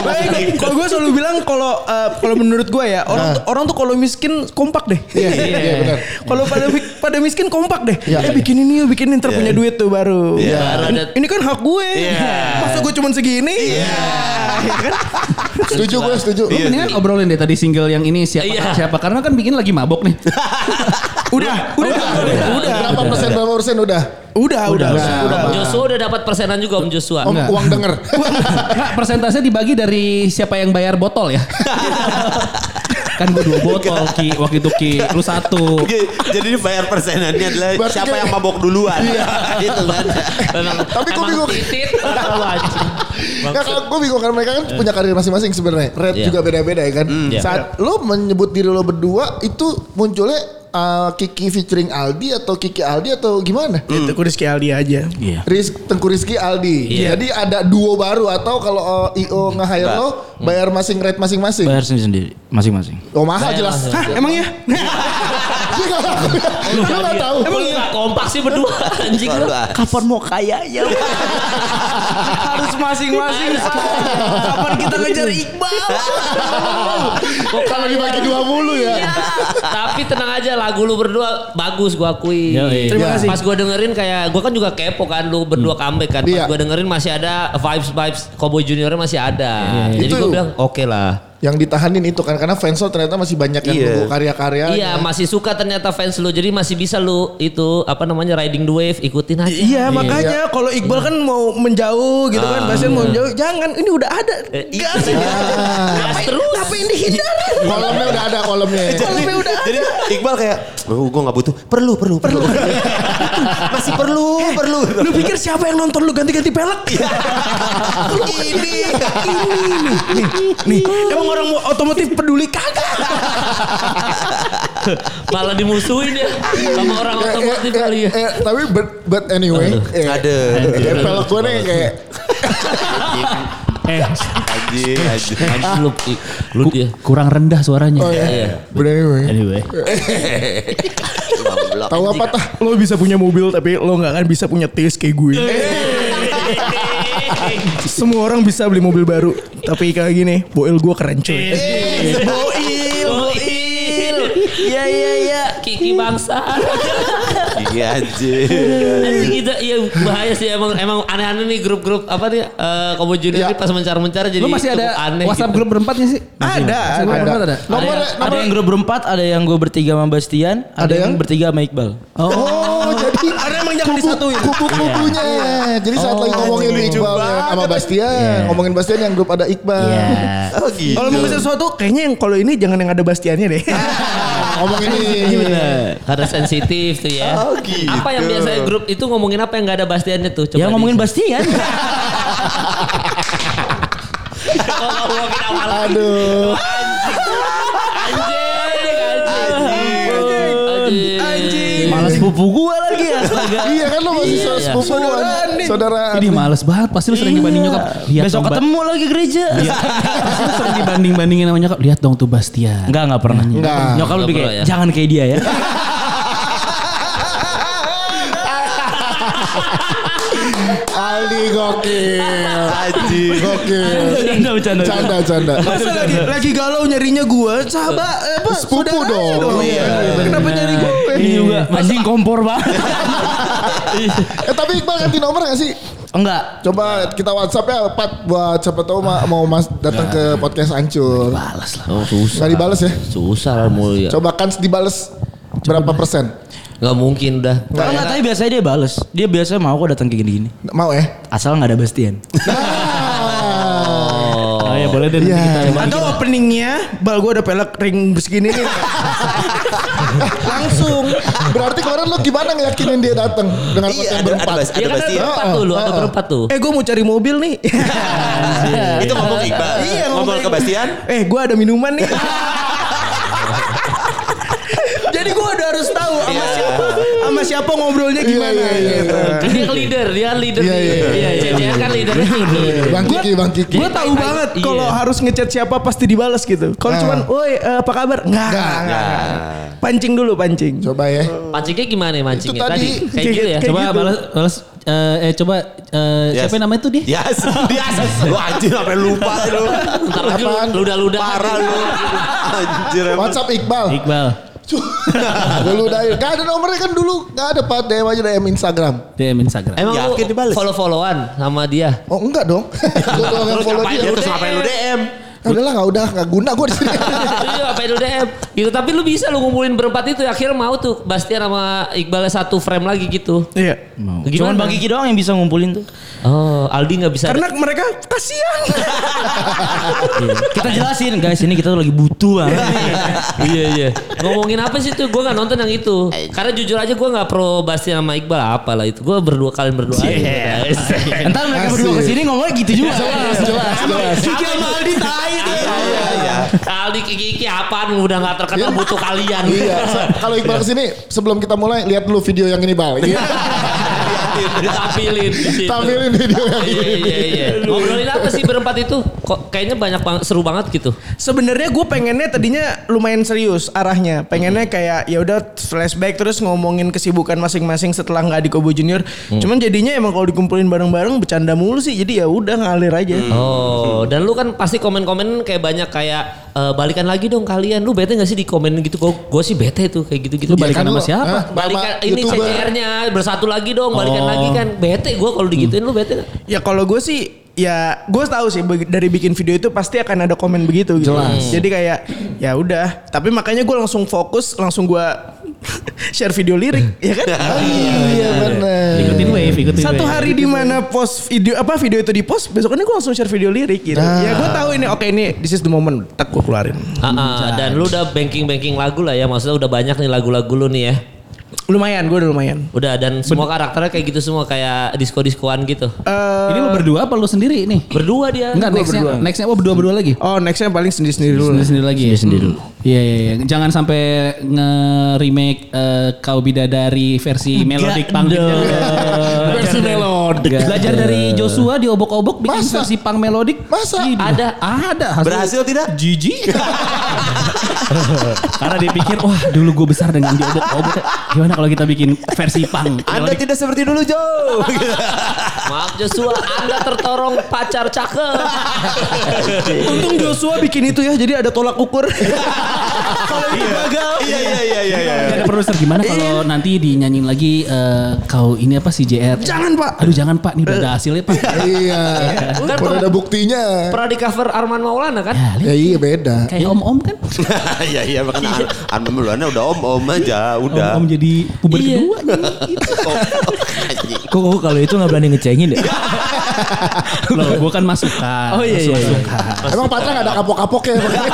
[SPEAKER 4] Baik, kalau gue selalu bilang kalau eh, kalau menurut gue ya orang tuh, orang tuh kalau miskin kompak deh.
[SPEAKER 3] Nah. Iya, iya benar.
[SPEAKER 4] Kalau pada pada miskin kompak deh.
[SPEAKER 3] Iya.
[SPEAKER 4] Eh bikin ini, yuk, bikin ini, ntar punya duit tuh baru.
[SPEAKER 1] Iya.
[SPEAKER 4] Baru ada- Ini kan hak gue.
[SPEAKER 1] Iya.
[SPEAKER 4] Masa gue cuman segini? Iya kan?
[SPEAKER 3] Setuju gue, setuju.
[SPEAKER 5] Lu mendingan kan obrolin deh tadi single yang ini siapa
[SPEAKER 2] Iya.
[SPEAKER 5] siapa karena kan bikin lagi mabok nih.
[SPEAKER 4] Udah, udah, udah, udah,
[SPEAKER 3] Berapa persen, berapa persen udah?
[SPEAKER 4] udah, udah,
[SPEAKER 2] Udah, Om Joshua udah dapat persenan juga Om Joshua.
[SPEAKER 3] Om uang denger.
[SPEAKER 5] Nah, persentasenya dibagi dari siapa yang bayar botol ya. kan gue dua botol Ki, waktu itu Ki, lu satu.
[SPEAKER 1] Oke, Jadi ini bayar persenannya adalah
[SPEAKER 3] Berarti
[SPEAKER 1] siapa
[SPEAKER 3] kayak-
[SPEAKER 1] yang mabok duluan. Gitu kan.
[SPEAKER 2] Memang,
[SPEAKER 3] Tapi gua
[SPEAKER 2] emang
[SPEAKER 3] bingung.
[SPEAKER 2] titit. Wajib.
[SPEAKER 3] Nggak, Ya, kalau gue bingung karena mereka kan punya karir masing-masing sebenarnya.
[SPEAKER 2] Eh.
[SPEAKER 3] Red
[SPEAKER 2] Iya.
[SPEAKER 3] juga beda-beda ya kan.
[SPEAKER 2] iya.
[SPEAKER 3] Saat lo menyebut diri lo berdua itu munculnya uh, Kiki featuring Aldi atau Kiki Aldi atau gimana?
[SPEAKER 4] Itu aku Rizky Gitu, Aldi aja.
[SPEAKER 3] Riz, Tengku Rizky
[SPEAKER 2] Iya.
[SPEAKER 3] Aldi.
[SPEAKER 2] Hmm.
[SPEAKER 3] Jadi ada duo baru atau kalau uh, IO nge-hire lo bayar masing rate masing-masing.
[SPEAKER 6] Bayar sendiri-sendiri, masing-masing.
[SPEAKER 3] Oh mahal
[SPEAKER 2] Bayar
[SPEAKER 3] jelas.
[SPEAKER 2] masing-masing.
[SPEAKER 4] Hah, emang ya?
[SPEAKER 3] Dia nggak tahu. Dia nggak tahu.
[SPEAKER 2] Iya. Emang nggak kompak sih berdua anjing lu.
[SPEAKER 1] Berdua.
[SPEAKER 6] Kapan mau kaya
[SPEAKER 4] [LAUGHS]
[SPEAKER 6] ya?
[SPEAKER 4] Harus masing-masing. Kapan kita ngejar Iqbal?
[SPEAKER 2] Kok
[SPEAKER 3] Kalau dibagi dua mulu ya.
[SPEAKER 2] Iya. Tapi tenang aja lagu lu berdua bagus gua akui.
[SPEAKER 5] Ya, iya.
[SPEAKER 2] Terima
[SPEAKER 3] Iya.
[SPEAKER 2] kasih. Pas gua dengerin kayak gua kan juga kepo kan lu berdua comeback kan. Pas
[SPEAKER 3] Iya.
[SPEAKER 2] gua dengerin masih ada vibes-vibes Cowboy Juniornya masih ada. Jadi
[SPEAKER 3] Itu-
[SPEAKER 2] gua bilang oke lah.
[SPEAKER 3] Yang ditahanin itu kan karena fans lo ternyata masih banyak yang
[SPEAKER 1] Iya.
[SPEAKER 3] nunggu karya-karya.
[SPEAKER 2] Iya, masih suka ternyata fans lu. Jadi masih bisa lu itu apa namanya riding the wave, ikutin aja.
[SPEAKER 4] Iya makanya kalau Iqbal kan mau menjauh gitu kan, Bastian mau menjauh, jangan ini udah ada.
[SPEAKER 1] Eh,
[SPEAKER 4] Gas,
[SPEAKER 2] Gas terus.
[SPEAKER 4] ngapain dihindari?
[SPEAKER 3] Kolamnya udah ada
[SPEAKER 2] [LAUGHS]
[SPEAKER 3] Eh, kolamnya.
[SPEAKER 1] Jadi,
[SPEAKER 4] Kalau udah ada.
[SPEAKER 1] jadi Iqbal kayak, oh, gue gak butuh. Perlu, perlu, perlu. Masih perlu, perlu.
[SPEAKER 4] Eh,
[SPEAKER 1] Iya.
[SPEAKER 4] Lu pikir siapa yang nonton lu ganti-ganti pelek? [LAUGHS] Lu ini, ini, nih, nih, nih. Emang orang mau otomotif peduli kagak?
[SPEAKER 2] Malah dimusuhin ya sama orang
[SPEAKER 3] Eh, eh,
[SPEAKER 2] otomotif
[SPEAKER 3] eh,
[SPEAKER 2] kali ya.
[SPEAKER 3] eh, tapi but, but anyway, eh,
[SPEAKER 1] Ada.
[SPEAKER 3] eh, pelek gue nih kayak
[SPEAKER 5] Eh,
[SPEAKER 1] Anjing, anjing.
[SPEAKER 2] Anjing lu, lu dia.
[SPEAKER 5] kurang rendah suaranya.
[SPEAKER 3] oh ya,
[SPEAKER 2] Iya.
[SPEAKER 3] but anyway.
[SPEAKER 5] Anyway.
[SPEAKER 3] [LAUGHS] Tahu apa tah?
[SPEAKER 4] Lo bisa punya mobil tapi lo nggak akan bisa punya taste kayak gue. Semua orang bisa beli mobil baru, tapi kayak gini, boil gue keren cuy.
[SPEAKER 2] Boil, boil. Iya iya iya. Kiki bangsa.
[SPEAKER 1] Iya, anjing.
[SPEAKER 2] Anjing kita iya bahaya sih emang emang aneh-aneh nih grup-grup apa nih eh Kobo Junior
[SPEAKER 3] Ya.
[SPEAKER 2] ini pas mencar-mencar jadi
[SPEAKER 5] Lu masih ada
[SPEAKER 2] cukup aneh.
[SPEAKER 5] WhatsApp
[SPEAKER 2] gitu.
[SPEAKER 5] grup berempatnya sih? Masih
[SPEAKER 4] Ada,
[SPEAKER 5] Masih grup
[SPEAKER 4] ada.
[SPEAKER 5] berempat ada.
[SPEAKER 3] Nomor
[SPEAKER 2] Ada-
[SPEAKER 6] Ada
[SPEAKER 3] nomor
[SPEAKER 6] yang
[SPEAKER 5] Ya,
[SPEAKER 6] grup berempat, ada yang gue bertiga sama Bastian, ada,
[SPEAKER 3] Ada
[SPEAKER 6] yang,
[SPEAKER 3] yang-
[SPEAKER 6] bertiga sama Iqbal.
[SPEAKER 3] Oh, jadi
[SPEAKER 4] Ada emang jangan disatuin.
[SPEAKER 3] kubu-kubunya. Iya. Oh, Jadi Iya. saat lagi ngomongin lu Iqbal yang sama Bastian, ngomongin Bastian yang grup ada Iqbal. Iya.
[SPEAKER 1] Oh gitu.
[SPEAKER 4] Kalau mau pesan sesuatu, kayaknya yang kalau ini jangan yang ada Bastiannya deh.
[SPEAKER 1] Ah,
[SPEAKER 4] [LAUGHS]
[SPEAKER 3] Ngomongin Ah,
[SPEAKER 1] iya,
[SPEAKER 3] ini.
[SPEAKER 2] Karena sensitif tuh ya.
[SPEAKER 1] [LAUGHS] Oh, gitu.
[SPEAKER 2] Apa yang biasanya grup itu ngomongin apa yang nggak ada Bastiannya tuh? Coba
[SPEAKER 6] Ya ngomongin
[SPEAKER 2] [LAUGHS] di-
[SPEAKER 6] Bastian.
[SPEAKER 2] Kalau ngomongin awal
[SPEAKER 3] Aduh.
[SPEAKER 2] anjing anjing anjing anjing.
[SPEAKER 6] Malas pupu gue lagi ya.
[SPEAKER 3] Iya kan lo masih saudara sepupuan. Saudara.
[SPEAKER 5] Ini males banget pasti lu sering dibanding nyokap. Lihat
[SPEAKER 6] Besok
[SPEAKER 5] dong, Ba-
[SPEAKER 6] ketemu lagi gereja.
[SPEAKER 5] Pasti lu sering dibanding-bandingin sama nyokap. Lihat dong tuh Bastian. Iya.
[SPEAKER 6] Enggak, enggak pernah.
[SPEAKER 3] Enggak.
[SPEAKER 6] Nyokap
[SPEAKER 2] Nggak
[SPEAKER 6] lebih kayak,
[SPEAKER 2] pernah ya.
[SPEAKER 6] jangan kayak dia ya.
[SPEAKER 3] Aldi gokil.
[SPEAKER 1] Anjing.
[SPEAKER 3] Gokil.
[SPEAKER 6] Bercanda, bercanda.
[SPEAKER 3] Canda, canda.
[SPEAKER 4] Masa lagi,
[SPEAKER 1] iya.
[SPEAKER 4] lagi galau nyarinya gue, sahabat, eh, apa,
[SPEAKER 3] Sepupu
[SPEAKER 4] saudaranya
[SPEAKER 3] dong. Iya,
[SPEAKER 4] Kenapa nyari gue?
[SPEAKER 6] Ini juga,
[SPEAKER 5] Iya.
[SPEAKER 6] anjing kompor banget.
[SPEAKER 3] Eh tapi Iqbal ganti nomor gak sih?
[SPEAKER 6] Enggak.
[SPEAKER 3] Coba kita WhatsApp ya Pat buat siapa tahu ma- mau Mas datang ke podcast hancur.
[SPEAKER 2] Balas lah. Oh, susah.
[SPEAKER 3] Nggak dibales ya?
[SPEAKER 2] Susah lah mulia.
[SPEAKER 3] Coba kan dibales berapa persen?
[SPEAKER 2] Nggak mungkin udah.
[SPEAKER 4] Iya,
[SPEAKER 6] Kalau enggak,
[SPEAKER 4] ya,
[SPEAKER 6] tapi biasanya dia bales. Dia
[SPEAKER 3] ya?
[SPEAKER 6] biasanya mau kok datang kayak gini-gini.
[SPEAKER 3] Mau ya?
[SPEAKER 6] Asal enggak ada Bastian.
[SPEAKER 3] Nah.
[SPEAKER 5] Oh ya boleh deh nanti
[SPEAKER 3] Iya.
[SPEAKER 5] kita coba.
[SPEAKER 4] Atau openingnya bal gue udah pelek ring segini [LAUGHS] nih. Langsung.
[SPEAKER 3] Berarti kemarin lu gimana ngeyakinin dia datang dengan
[SPEAKER 1] Iya,
[SPEAKER 3] konten
[SPEAKER 1] ada, ada,
[SPEAKER 3] berempat?
[SPEAKER 1] bas- ada
[SPEAKER 2] Iya kan ada
[SPEAKER 1] Bastian.
[SPEAKER 2] berempat tuh lu, ada berempat tuh.
[SPEAKER 4] Eh gue mau cari mobil [LAUGHS] nih.
[SPEAKER 1] Ah, Itu ngomong Iqbal.
[SPEAKER 4] Iya,
[SPEAKER 1] ngomong
[SPEAKER 4] ngomong-
[SPEAKER 1] ke Bastian.
[SPEAKER 4] eh gue ada minuman [LAUGHS] nih. Jadi gue udah harus tahu sama
[SPEAKER 1] Iya.
[SPEAKER 4] siapa sama siapa ngobrolnya
[SPEAKER 3] Iya,
[SPEAKER 4] gimana.
[SPEAKER 3] iya, iya,
[SPEAKER 4] gitu.
[SPEAKER 2] Kan dia leader, dia leader
[SPEAKER 3] Iya,
[SPEAKER 2] nih.
[SPEAKER 3] iya,
[SPEAKER 2] Iya,
[SPEAKER 3] iya.
[SPEAKER 2] CCR kan leadernya tinggi.
[SPEAKER 3] Bang Kiki, Bang Kiki.
[SPEAKER 4] Gue tahu
[SPEAKER 2] Iya.
[SPEAKER 4] banget kalau
[SPEAKER 2] Iya.
[SPEAKER 4] harus ngechat siapa pasti dibales gitu. Kalau
[SPEAKER 3] Nah.
[SPEAKER 4] cuman, "Woi, eh, apa kabar?" Enggak.
[SPEAKER 3] Nggak,
[SPEAKER 1] Iya.
[SPEAKER 4] enggak,
[SPEAKER 1] Nah,
[SPEAKER 4] enggak. Pancing dulu pancing.
[SPEAKER 3] Coba ya.
[SPEAKER 2] Pancingnya gimana ya mancingnya
[SPEAKER 3] Itu
[SPEAKER 2] tadi?
[SPEAKER 3] tadi.
[SPEAKER 2] Kayak gitu ya.
[SPEAKER 4] Kayak
[SPEAKER 5] Coba
[SPEAKER 4] gitu.
[SPEAKER 5] balas balas eh, eh coba eh,
[SPEAKER 1] Yes.
[SPEAKER 5] siapa yang namanya tuh dia?
[SPEAKER 1] Yes, yes. Lu anjir sampai lupa lu.
[SPEAKER 2] Ntar lagi lu
[SPEAKER 3] Apaan?
[SPEAKER 2] ludah-ludah.
[SPEAKER 1] Parah lu. Anjir. emang.
[SPEAKER 3] WhatsApp Iqbal.
[SPEAKER 5] Iqbal.
[SPEAKER 3] Dulu dari Gak ada nomornya kan dulu. Gak ada Pak. DM aja DM Instagram.
[SPEAKER 5] DM Instagram.
[SPEAKER 2] Emang lu
[SPEAKER 1] Yakin dibales?
[SPEAKER 2] follow-followan sama dia? [LAUGHS]
[SPEAKER 3] Oh enggak dong. Gue doang yang
[SPEAKER 1] Terus
[SPEAKER 3] follow
[SPEAKER 1] ngapain
[SPEAKER 3] dia.
[SPEAKER 1] lu terus ngapain lu DM?
[SPEAKER 3] Ya Udah lah gak udah. Gak guna gue di sini.
[SPEAKER 2] [LAUGHS] Iya, apa itu DM? Gitu, tapi lu bisa lu ngumpulin berempat itu. Akhirnya mau tuh Bastian sama Iqbalnya satu frame lagi gitu.
[SPEAKER 4] Iya.
[SPEAKER 6] Cuman
[SPEAKER 2] Gimana?
[SPEAKER 6] Bang Kiki doang yang bisa ngumpulin tuh.
[SPEAKER 2] Oh, Aldi nggak bisa.
[SPEAKER 4] Karena mereka kasihan.
[SPEAKER 6] Kita jelasin guys ini kita tuh lagi butuh banget.
[SPEAKER 2] [LAUGHS] iya iya. Ngomongin apa sih tuh? Gue nggak nonton yang itu. Karena jujur aja gue nggak pro Bastian sama Iqbal apalah itu. Gue berdua kalian berdua. Yes.
[SPEAKER 6] Entar mereka berdua
[SPEAKER 3] Asik.
[SPEAKER 6] kesini ngomongnya gitu juga.
[SPEAKER 3] Jelas, jelas.
[SPEAKER 4] Kiki sama Aldi tai tuh.
[SPEAKER 1] Iya, iya.
[SPEAKER 2] Aldi Kiki Kiki apaan udah nggak terkenal butuh kalian.
[SPEAKER 3] [LAUGHS] Iya. se- Kalau Iqbal kesini sebelum kita mulai lihat dulu video yang ini Bal. [LAUGHS] Iya.
[SPEAKER 2] [LAUGHS]
[SPEAKER 3] gitu.
[SPEAKER 2] Ditampilin. di situ.
[SPEAKER 3] Tampilin video yang
[SPEAKER 2] Iya
[SPEAKER 3] ini.
[SPEAKER 2] iya iya. [LAUGHS] Ngobrolin apa sih berempat itu? Kok kayaknya banyak banget seru banget gitu.
[SPEAKER 4] Sebenarnya gue pengennya tadinya lumayan serius arahnya. Pengennya kayak ya udah flashback terus ngomongin kesibukan masing-masing setelah nggak di Kobo Junior. Cuman jadinya emang kalau dikumpulin bareng-bareng bercanda mulu sih. Jadi ya udah ngalir aja.
[SPEAKER 2] Oh, dan lu kan pasti komen-komen kayak banyak kayak e, balikan lagi dong kalian. Lu bete gak sih di komen gitu? Gue gue sih bete tuh kayak gitu-gitu.
[SPEAKER 5] Lu balikan
[SPEAKER 3] Kan
[SPEAKER 5] sama
[SPEAKER 3] lu,
[SPEAKER 5] siapa?
[SPEAKER 3] ah,
[SPEAKER 2] balikan
[SPEAKER 3] sama
[SPEAKER 2] ini
[SPEAKER 3] YouTuber.
[SPEAKER 2] CCR-nya bersatu lagi dong, balikan
[SPEAKER 5] Oh.
[SPEAKER 2] lagi kan. Bete gue kalau digituin lu bete gak?
[SPEAKER 4] Ya kalau gue sih ya gue tahu sih beg- dari bikin video itu pasti akan ada komen begitu gitu. Jelas. Jadi kayak ya udah. Tapi makanya gue langsung fokus langsung gue [LAUGHS] share video lirik ya kan.
[SPEAKER 3] Iya bener.
[SPEAKER 5] Ikutin wave,
[SPEAKER 2] Iya,
[SPEAKER 5] ikutin
[SPEAKER 4] Satu
[SPEAKER 5] wave.
[SPEAKER 4] hari di mana post video apa video itu di post besokannya gue langsung share video lirik gitu.
[SPEAKER 2] Nah.
[SPEAKER 4] Ya gue tahu ini oke ini this is the moment. Tak gue keluarin.
[SPEAKER 2] Ah, ah,
[SPEAKER 5] Hmm,
[SPEAKER 2] dan lu udah banking-banking lagu lah ya. Maksudnya udah banyak nih lagu-lagu lu nih ya.
[SPEAKER 4] Lumayan gue udah lumayan.
[SPEAKER 2] Udah dan semua karakternya kayak gitu semua kayak disco-diskoan gitu.
[SPEAKER 4] Eh,
[SPEAKER 5] Ini lu berdua apa lu sendiri nih?
[SPEAKER 2] Berdua dia.
[SPEAKER 5] Enggak,
[SPEAKER 4] gua
[SPEAKER 5] nextnya,
[SPEAKER 4] berdua.
[SPEAKER 5] nextnya oh berdua-berdua lagi?
[SPEAKER 4] oh nextnya paling sendiri sendiri dulu.
[SPEAKER 5] Sendiri-sendiri lagi ya? Sendiri dulu. Iya, iya, iya. Jangan sampai nge-remake eh, Kau Bidadari versi melodic punk. gitu.
[SPEAKER 3] Versi melodic.
[SPEAKER 5] Belajar dari Joshua diobok-obok bikin
[SPEAKER 3] Masa?
[SPEAKER 5] versi punk melodic.
[SPEAKER 3] Masa?
[SPEAKER 5] Ih,
[SPEAKER 2] Ada.
[SPEAKER 5] Ada. hasil-
[SPEAKER 1] Berhasil tidak?
[SPEAKER 5] Jijik. [LAUGHS] Karena dia pikir, wah dulu gue besar dengan diobok-obok. Gimana kalau kita bikin versi punk?
[SPEAKER 1] Iya, Anda Iya. tidak seperti dulu Joe.
[SPEAKER 2] Maaf Joshua, Anda tertorong pacar cakep.
[SPEAKER 4] Untung Joshua bikin itu ya jadi ada tolak
[SPEAKER 2] [LAUGHS]
[SPEAKER 4] ukur. Kalau itu gagal.
[SPEAKER 1] [LAUGHS] Iya iya iya iya. iya.
[SPEAKER 5] Gak ada produser gimana kalau nanti dinyanyiin lagi eh, kau ini apa sih JR?
[SPEAKER 4] Jangan pak.
[SPEAKER 5] Aduh jangan pak, ini udah ada hasilnya pak.
[SPEAKER 3] Iya. Udah ada buktinya.
[SPEAKER 2] Pernah di cover Arman Maulana kan?
[SPEAKER 3] Ya iya beda.
[SPEAKER 5] Kayak om-om kan?
[SPEAKER 1] Iya iya makanya Ar- Arman Maulana udah om-om gitu. aja, udah. [LAUGHS]
[SPEAKER 5] Om-om jadi puber
[SPEAKER 2] Iya.
[SPEAKER 5] kedua nih.
[SPEAKER 1] Anjing.
[SPEAKER 6] [LAUGHS] Kok kok kalau itu nggak berani ngecengin deh.
[SPEAKER 5] [LAUGHS] Loh gue kan
[SPEAKER 6] Oh
[SPEAKER 5] masukan.
[SPEAKER 6] iya iya. iya.
[SPEAKER 3] Emang Patra gak ada
[SPEAKER 2] [LAUGHS]
[SPEAKER 3] kapok-kapoknya. makanya.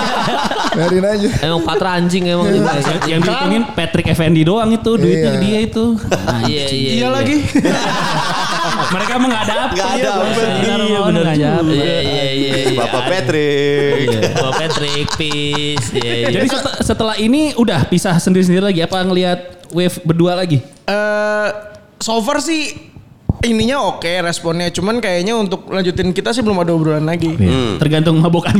[SPEAKER 3] Biarin aja.
[SPEAKER 2] Emang Patra anjing emang Iya, juga.
[SPEAKER 6] Iya.
[SPEAKER 5] Yang diuntungin Patrick Effendi doang itu, duitnya
[SPEAKER 3] Iya.
[SPEAKER 5] dia
[SPEAKER 6] [LAUGHS]
[SPEAKER 5] itu. Nah,
[SPEAKER 2] Iya iya.
[SPEAKER 4] Iya [LAUGHS] lagi.
[SPEAKER 5] Mereka emang gak ada apa.
[SPEAKER 1] Gak ada apa.
[SPEAKER 5] Iya bener aja.
[SPEAKER 2] Iya iya iya. iya.
[SPEAKER 1] Bapak Patrick.
[SPEAKER 2] Bapak Patrick peace. Iya iya.
[SPEAKER 5] Jadi set- setelah ini udah pisah sendiri-sendiri lagi. Apa ngelihat wave berdua lagi?
[SPEAKER 4] eh so far sih ininya oke responnya cuman kayaknya untuk lanjutin kita sih belum ada obrolan lagi
[SPEAKER 2] Iya.
[SPEAKER 5] Hmm. Tergantung mabokan.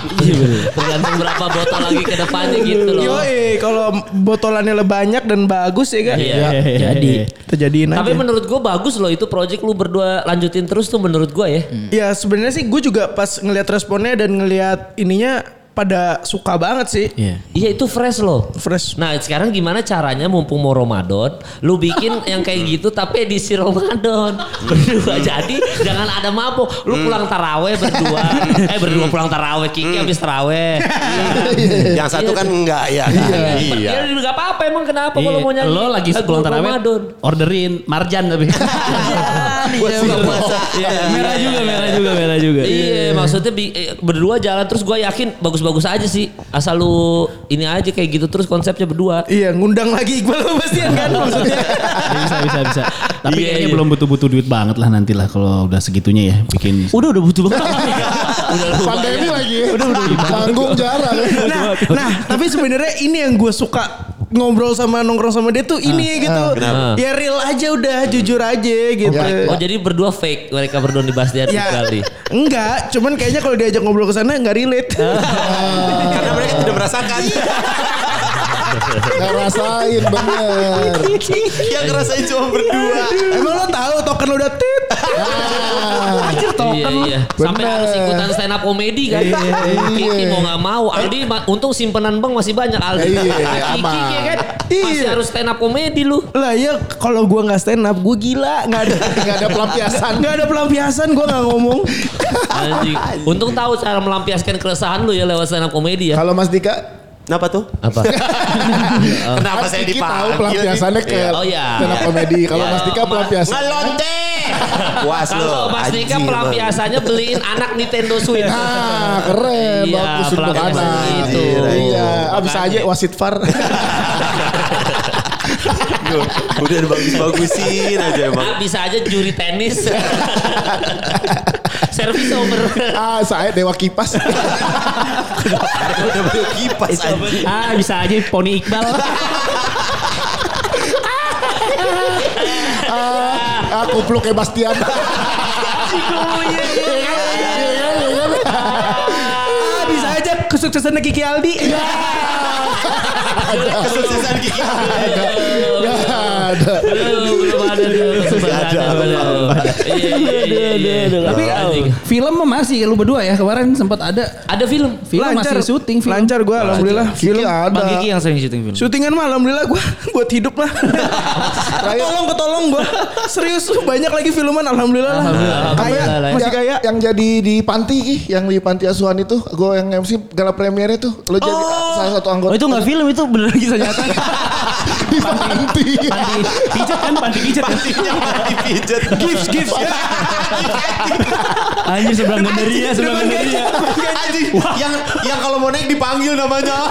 [SPEAKER 2] Iya, Tergantung berapa botol lagi ke depannya gitu loh.
[SPEAKER 4] Yoi, kalau botolannya lebih banyak dan bagus ya kan
[SPEAKER 2] Iya.
[SPEAKER 5] Jadi.
[SPEAKER 4] terjadiin
[SPEAKER 2] Tapi
[SPEAKER 4] aja
[SPEAKER 2] menurut gue bagus loh itu project lu berdua lanjutin terus tuh menurut gue ya.
[SPEAKER 4] ya sebenarnya sih gue juga pas ngelihat responnya dan ngelihat ininya pada suka banget sih
[SPEAKER 2] Iya itu fresh loh.
[SPEAKER 4] fresh
[SPEAKER 2] Nah sekarang gimana caranya mumpung mau Ramadan Lu bikin yang kayak gitu tapi edisi Ramadan Berdua jadi jangan ada mabok Lu pulang taraweh berdua Eh berdua pulang taraweh Kiki habis taraweh
[SPEAKER 1] [LAUGHS] Yang satu kan enggak ya. Iya.
[SPEAKER 2] Iya nggak apa-apa emang kenapa kalau mau nyanyi
[SPEAKER 5] Lo lagi
[SPEAKER 2] lagu
[SPEAKER 5] sebelum taraweh
[SPEAKER 6] [LAUGHS]
[SPEAKER 2] Ramadan
[SPEAKER 5] orderin marjan tapi.
[SPEAKER 1] buat buka [LAUGHS] puasa.
[SPEAKER 5] merah juga, merah juga, merah juga.
[SPEAKER 2] Iya, maksudnya bi- eh, berdua jalan terus gue yakin bagus-bagus aja sih. Asal lu ini aja kayak gitu terus konsepnya berdua.
[SPEAKER 4] Iya ngundang lagi [LAUGHS] Iqbal sama Bastian kan maksudnya.
[SPEAKER 5] bisa, bisa, bisa. Tapi
[SPEAKER 2] Iya,
[SPEAKER 5] kayaknya
[SPEAKER 2] iya.
[SPEAKER 5] belum butuh-butuh duit banget lah nanti lah kalau udah segitunya ya bikin.
[SPEAKER 6] Udah udah butuh
[SPEAKER 2] [LAUGHS]
[SPEAKER 6] banget.
[SPEAKER 3] Pandemi lagi. Tanggung jarang.
[SPEAKER 4] Nah, nah tapi sebenarnya ini yang gue suka ngobrol sama nongkrong sama dia tuh ini gitu.
[SPEAKER 2] Ah. kenapa?
[SPEAKER 4] Ya real aja udah jujur aja gitu.
[SPEAKER 2] Oh jadi berdua fake mereka berdua di Bastian
[SPEAKER 4] Ya,
[SPEAKER 2] kali.
[SPEAKER 4] enggak, cuman kayaknya kalau diajak ngobrol ke sana enggak relate.
[SPEAKER 2] Ah.
[SPEAKER 4] [LAUGHS]
[SPEAKER 1] Karena mereka tidak merasakan.
[SPEAKER 2] Iya.
[SPEAKER 1] [LAUGHS]
[SPEAKER 3] Gak rasain bener.
[SPEAKER 1] Yang ngerasain cuma
[SPEAKER 2] Iya.
[SPEAKER 1] berdua.
[SPEAKER 4] Ya, Emang lo tahu token lo udah tit.
[SPEAKER 3] Ah.
[SPEAKER 4] Anjir
[SPEAKER 2] Iya,
[SPEAKER 4] token.
[SPEAKER 2] iya. Sampai
[SPEAKER 3] Bener.
[SPEAKER 2] harus ikutan stand up komedi kan. Kiki mau gak mau. Aldi ma- untung simpenan bang masih banyak Aldi.
[SPEAKER 3] Iya, iya,
[SPEAKER 2] Kiki
[SPEAKER 3] aman.
[SPEAKER 2] ya kan masih
[SPEAKER 4] Iya.
[SPEAKER 2] harus stand up komedi lu.
[SPEAKER 4] Lah ya kalau gua nggak stand up gua gila nggak ada
[SPEAKER 3] Gak ada
[SPEAKER 2] [LAUGHS]
[SPEAKER 3] pelampiasan.
[SPEAKER 4] nggak ada pelampiasan gua nggak ngomong.
[SPEAKER 2] Anjing. Untung tahu cara melampiaskan keresahan lu ya lewat stand up komedi ya.
[SPEAKER 3] Kalau Mas Dika
[SPEAKER 1] Kenapa tuh?
[SPEAKER 2] Apa?
[SPEAKER 1] Kenapa
[SPEAKER 3] Mas
[SPEAKER 1] saya
[SPEAKER 3] Diki tahu
[SPEAKER 1] dipanggil?
[SPEAKER 3] pelampiasannya ke
[SPEAKER 2] Eh. Oh, iya.
[SPEAKER 3] stand up comedy. Kalau
[SPEAKER 2] Iya.
[SPEAKER 3] Mas Dika
[SPEAKER 2] Mas-
[SPEAKER 3] pelampiasan.
[SPEAKER 1] Ngelonte.
[SPEAKER 2] [LAUGHS]
[SPEAKER 1] Puas lu.
[SPEAKER 2] Kalau Mas Nika
[SPEAKER 1] anjing,
[SPEAKER 2] pelampiasannya beliin anak Nintendo Switch.
[SPEAKER 3] Nah keren.
[SPEAKER 2] Iya,
[SPEAKER 3] Bagus untuk
[SPEAKER 2] pelampiasan
[SPEAKER 3] anak.
[SPEAKER 2] itu.
[SPEAKER 3] Iya. Abis aja
[SPEAKER 2] Makanya.
[SPEAKER 3] wasit far.
[SPEAKER 1] Aduh, Udah bagus-bagusin aja emang.
[SPEAKER 2] Ah, bisa aja juri
[SPEAKER 3] [LAUGHS]
[SPEAKER 2] tenis. Service over.
[SPEAKER 3] ah saya dewa kipas.
[SPEAKER 1] Udah beli kipas anjing.
[SPEAKER 5] Ah bisa aja poni Iqbal.
[SPEAKER 3] ah, kupluk kayak Bastian.
[SPEAKER 4] Ah, bisa aja kesuksesannya Kiki Aldi.
[SPEAKER 1] Kesuksesan Kiki.
[SPEAKER 3] Gak ada.
[SPEAKER 2] Aduh, belum ada tuh kesempatannya, belum. Iya, iya, iya, iya.
[SPEAKER 5] Tapi
[SPEAKER 2] Anjing.
[SPEAKER 5] film mah masih lu berdua ya kemarin sempat ada
[SPEAKER 2] ada film.
[SPEAKER 5] film masih syuting film.
[SPEAKER 4] Lancar gua alhamdulillah.
[SPEAKER 3] Kiki
[SPEAKER 6] Bang
[SPEAKER 3] ada.
[SPEAKER 6] Kiki yang sering syuting film.
[SPEAKER 4] Syutingan mah alhamdulillah gue [LAUGHS] buat hidup lah. ketolong ketolong gue. Serius banyak lagi filman alhamdulillah lah. Kaya,
[SPEAKER 2] Alhamdulillah.
[SPEAKER 4] masih
[SPEAKER 3] Ya-
[SPEAKER 4] kaya.
[SPEAKER 3] yang jadi di panti ih, yang di panti asuhan itu gue yang MC gala premiernya tuh lo jadi
[SPEAKER 4] Oh.
[SPEAKER 3] salah satu
[SPEAKER 6] Oh
[SPEAKER 3] anggota
[SPEAKER 6] itu nggak film itu beneran kisah
[SPEAKER 3] [LAUGHS]
[SPEAKER 6] nyata.
[SPEAKER 3] di panti [LAUGHS]
[SPEAKER 5] Panti pijat kan panti pijat.
[SPEAKER 1] Pantinya malah dipijat.
[SPEAKER 4] Gifts gifts ya.
[SPEAKER 6] Anjir seberang gandaria, seberang
[SPEAKER 5] ya?
[SPEAKER 6] gandaria.
[SPEAKER 1] Anjing, yang yang kalau mau naik dipanggil namanya.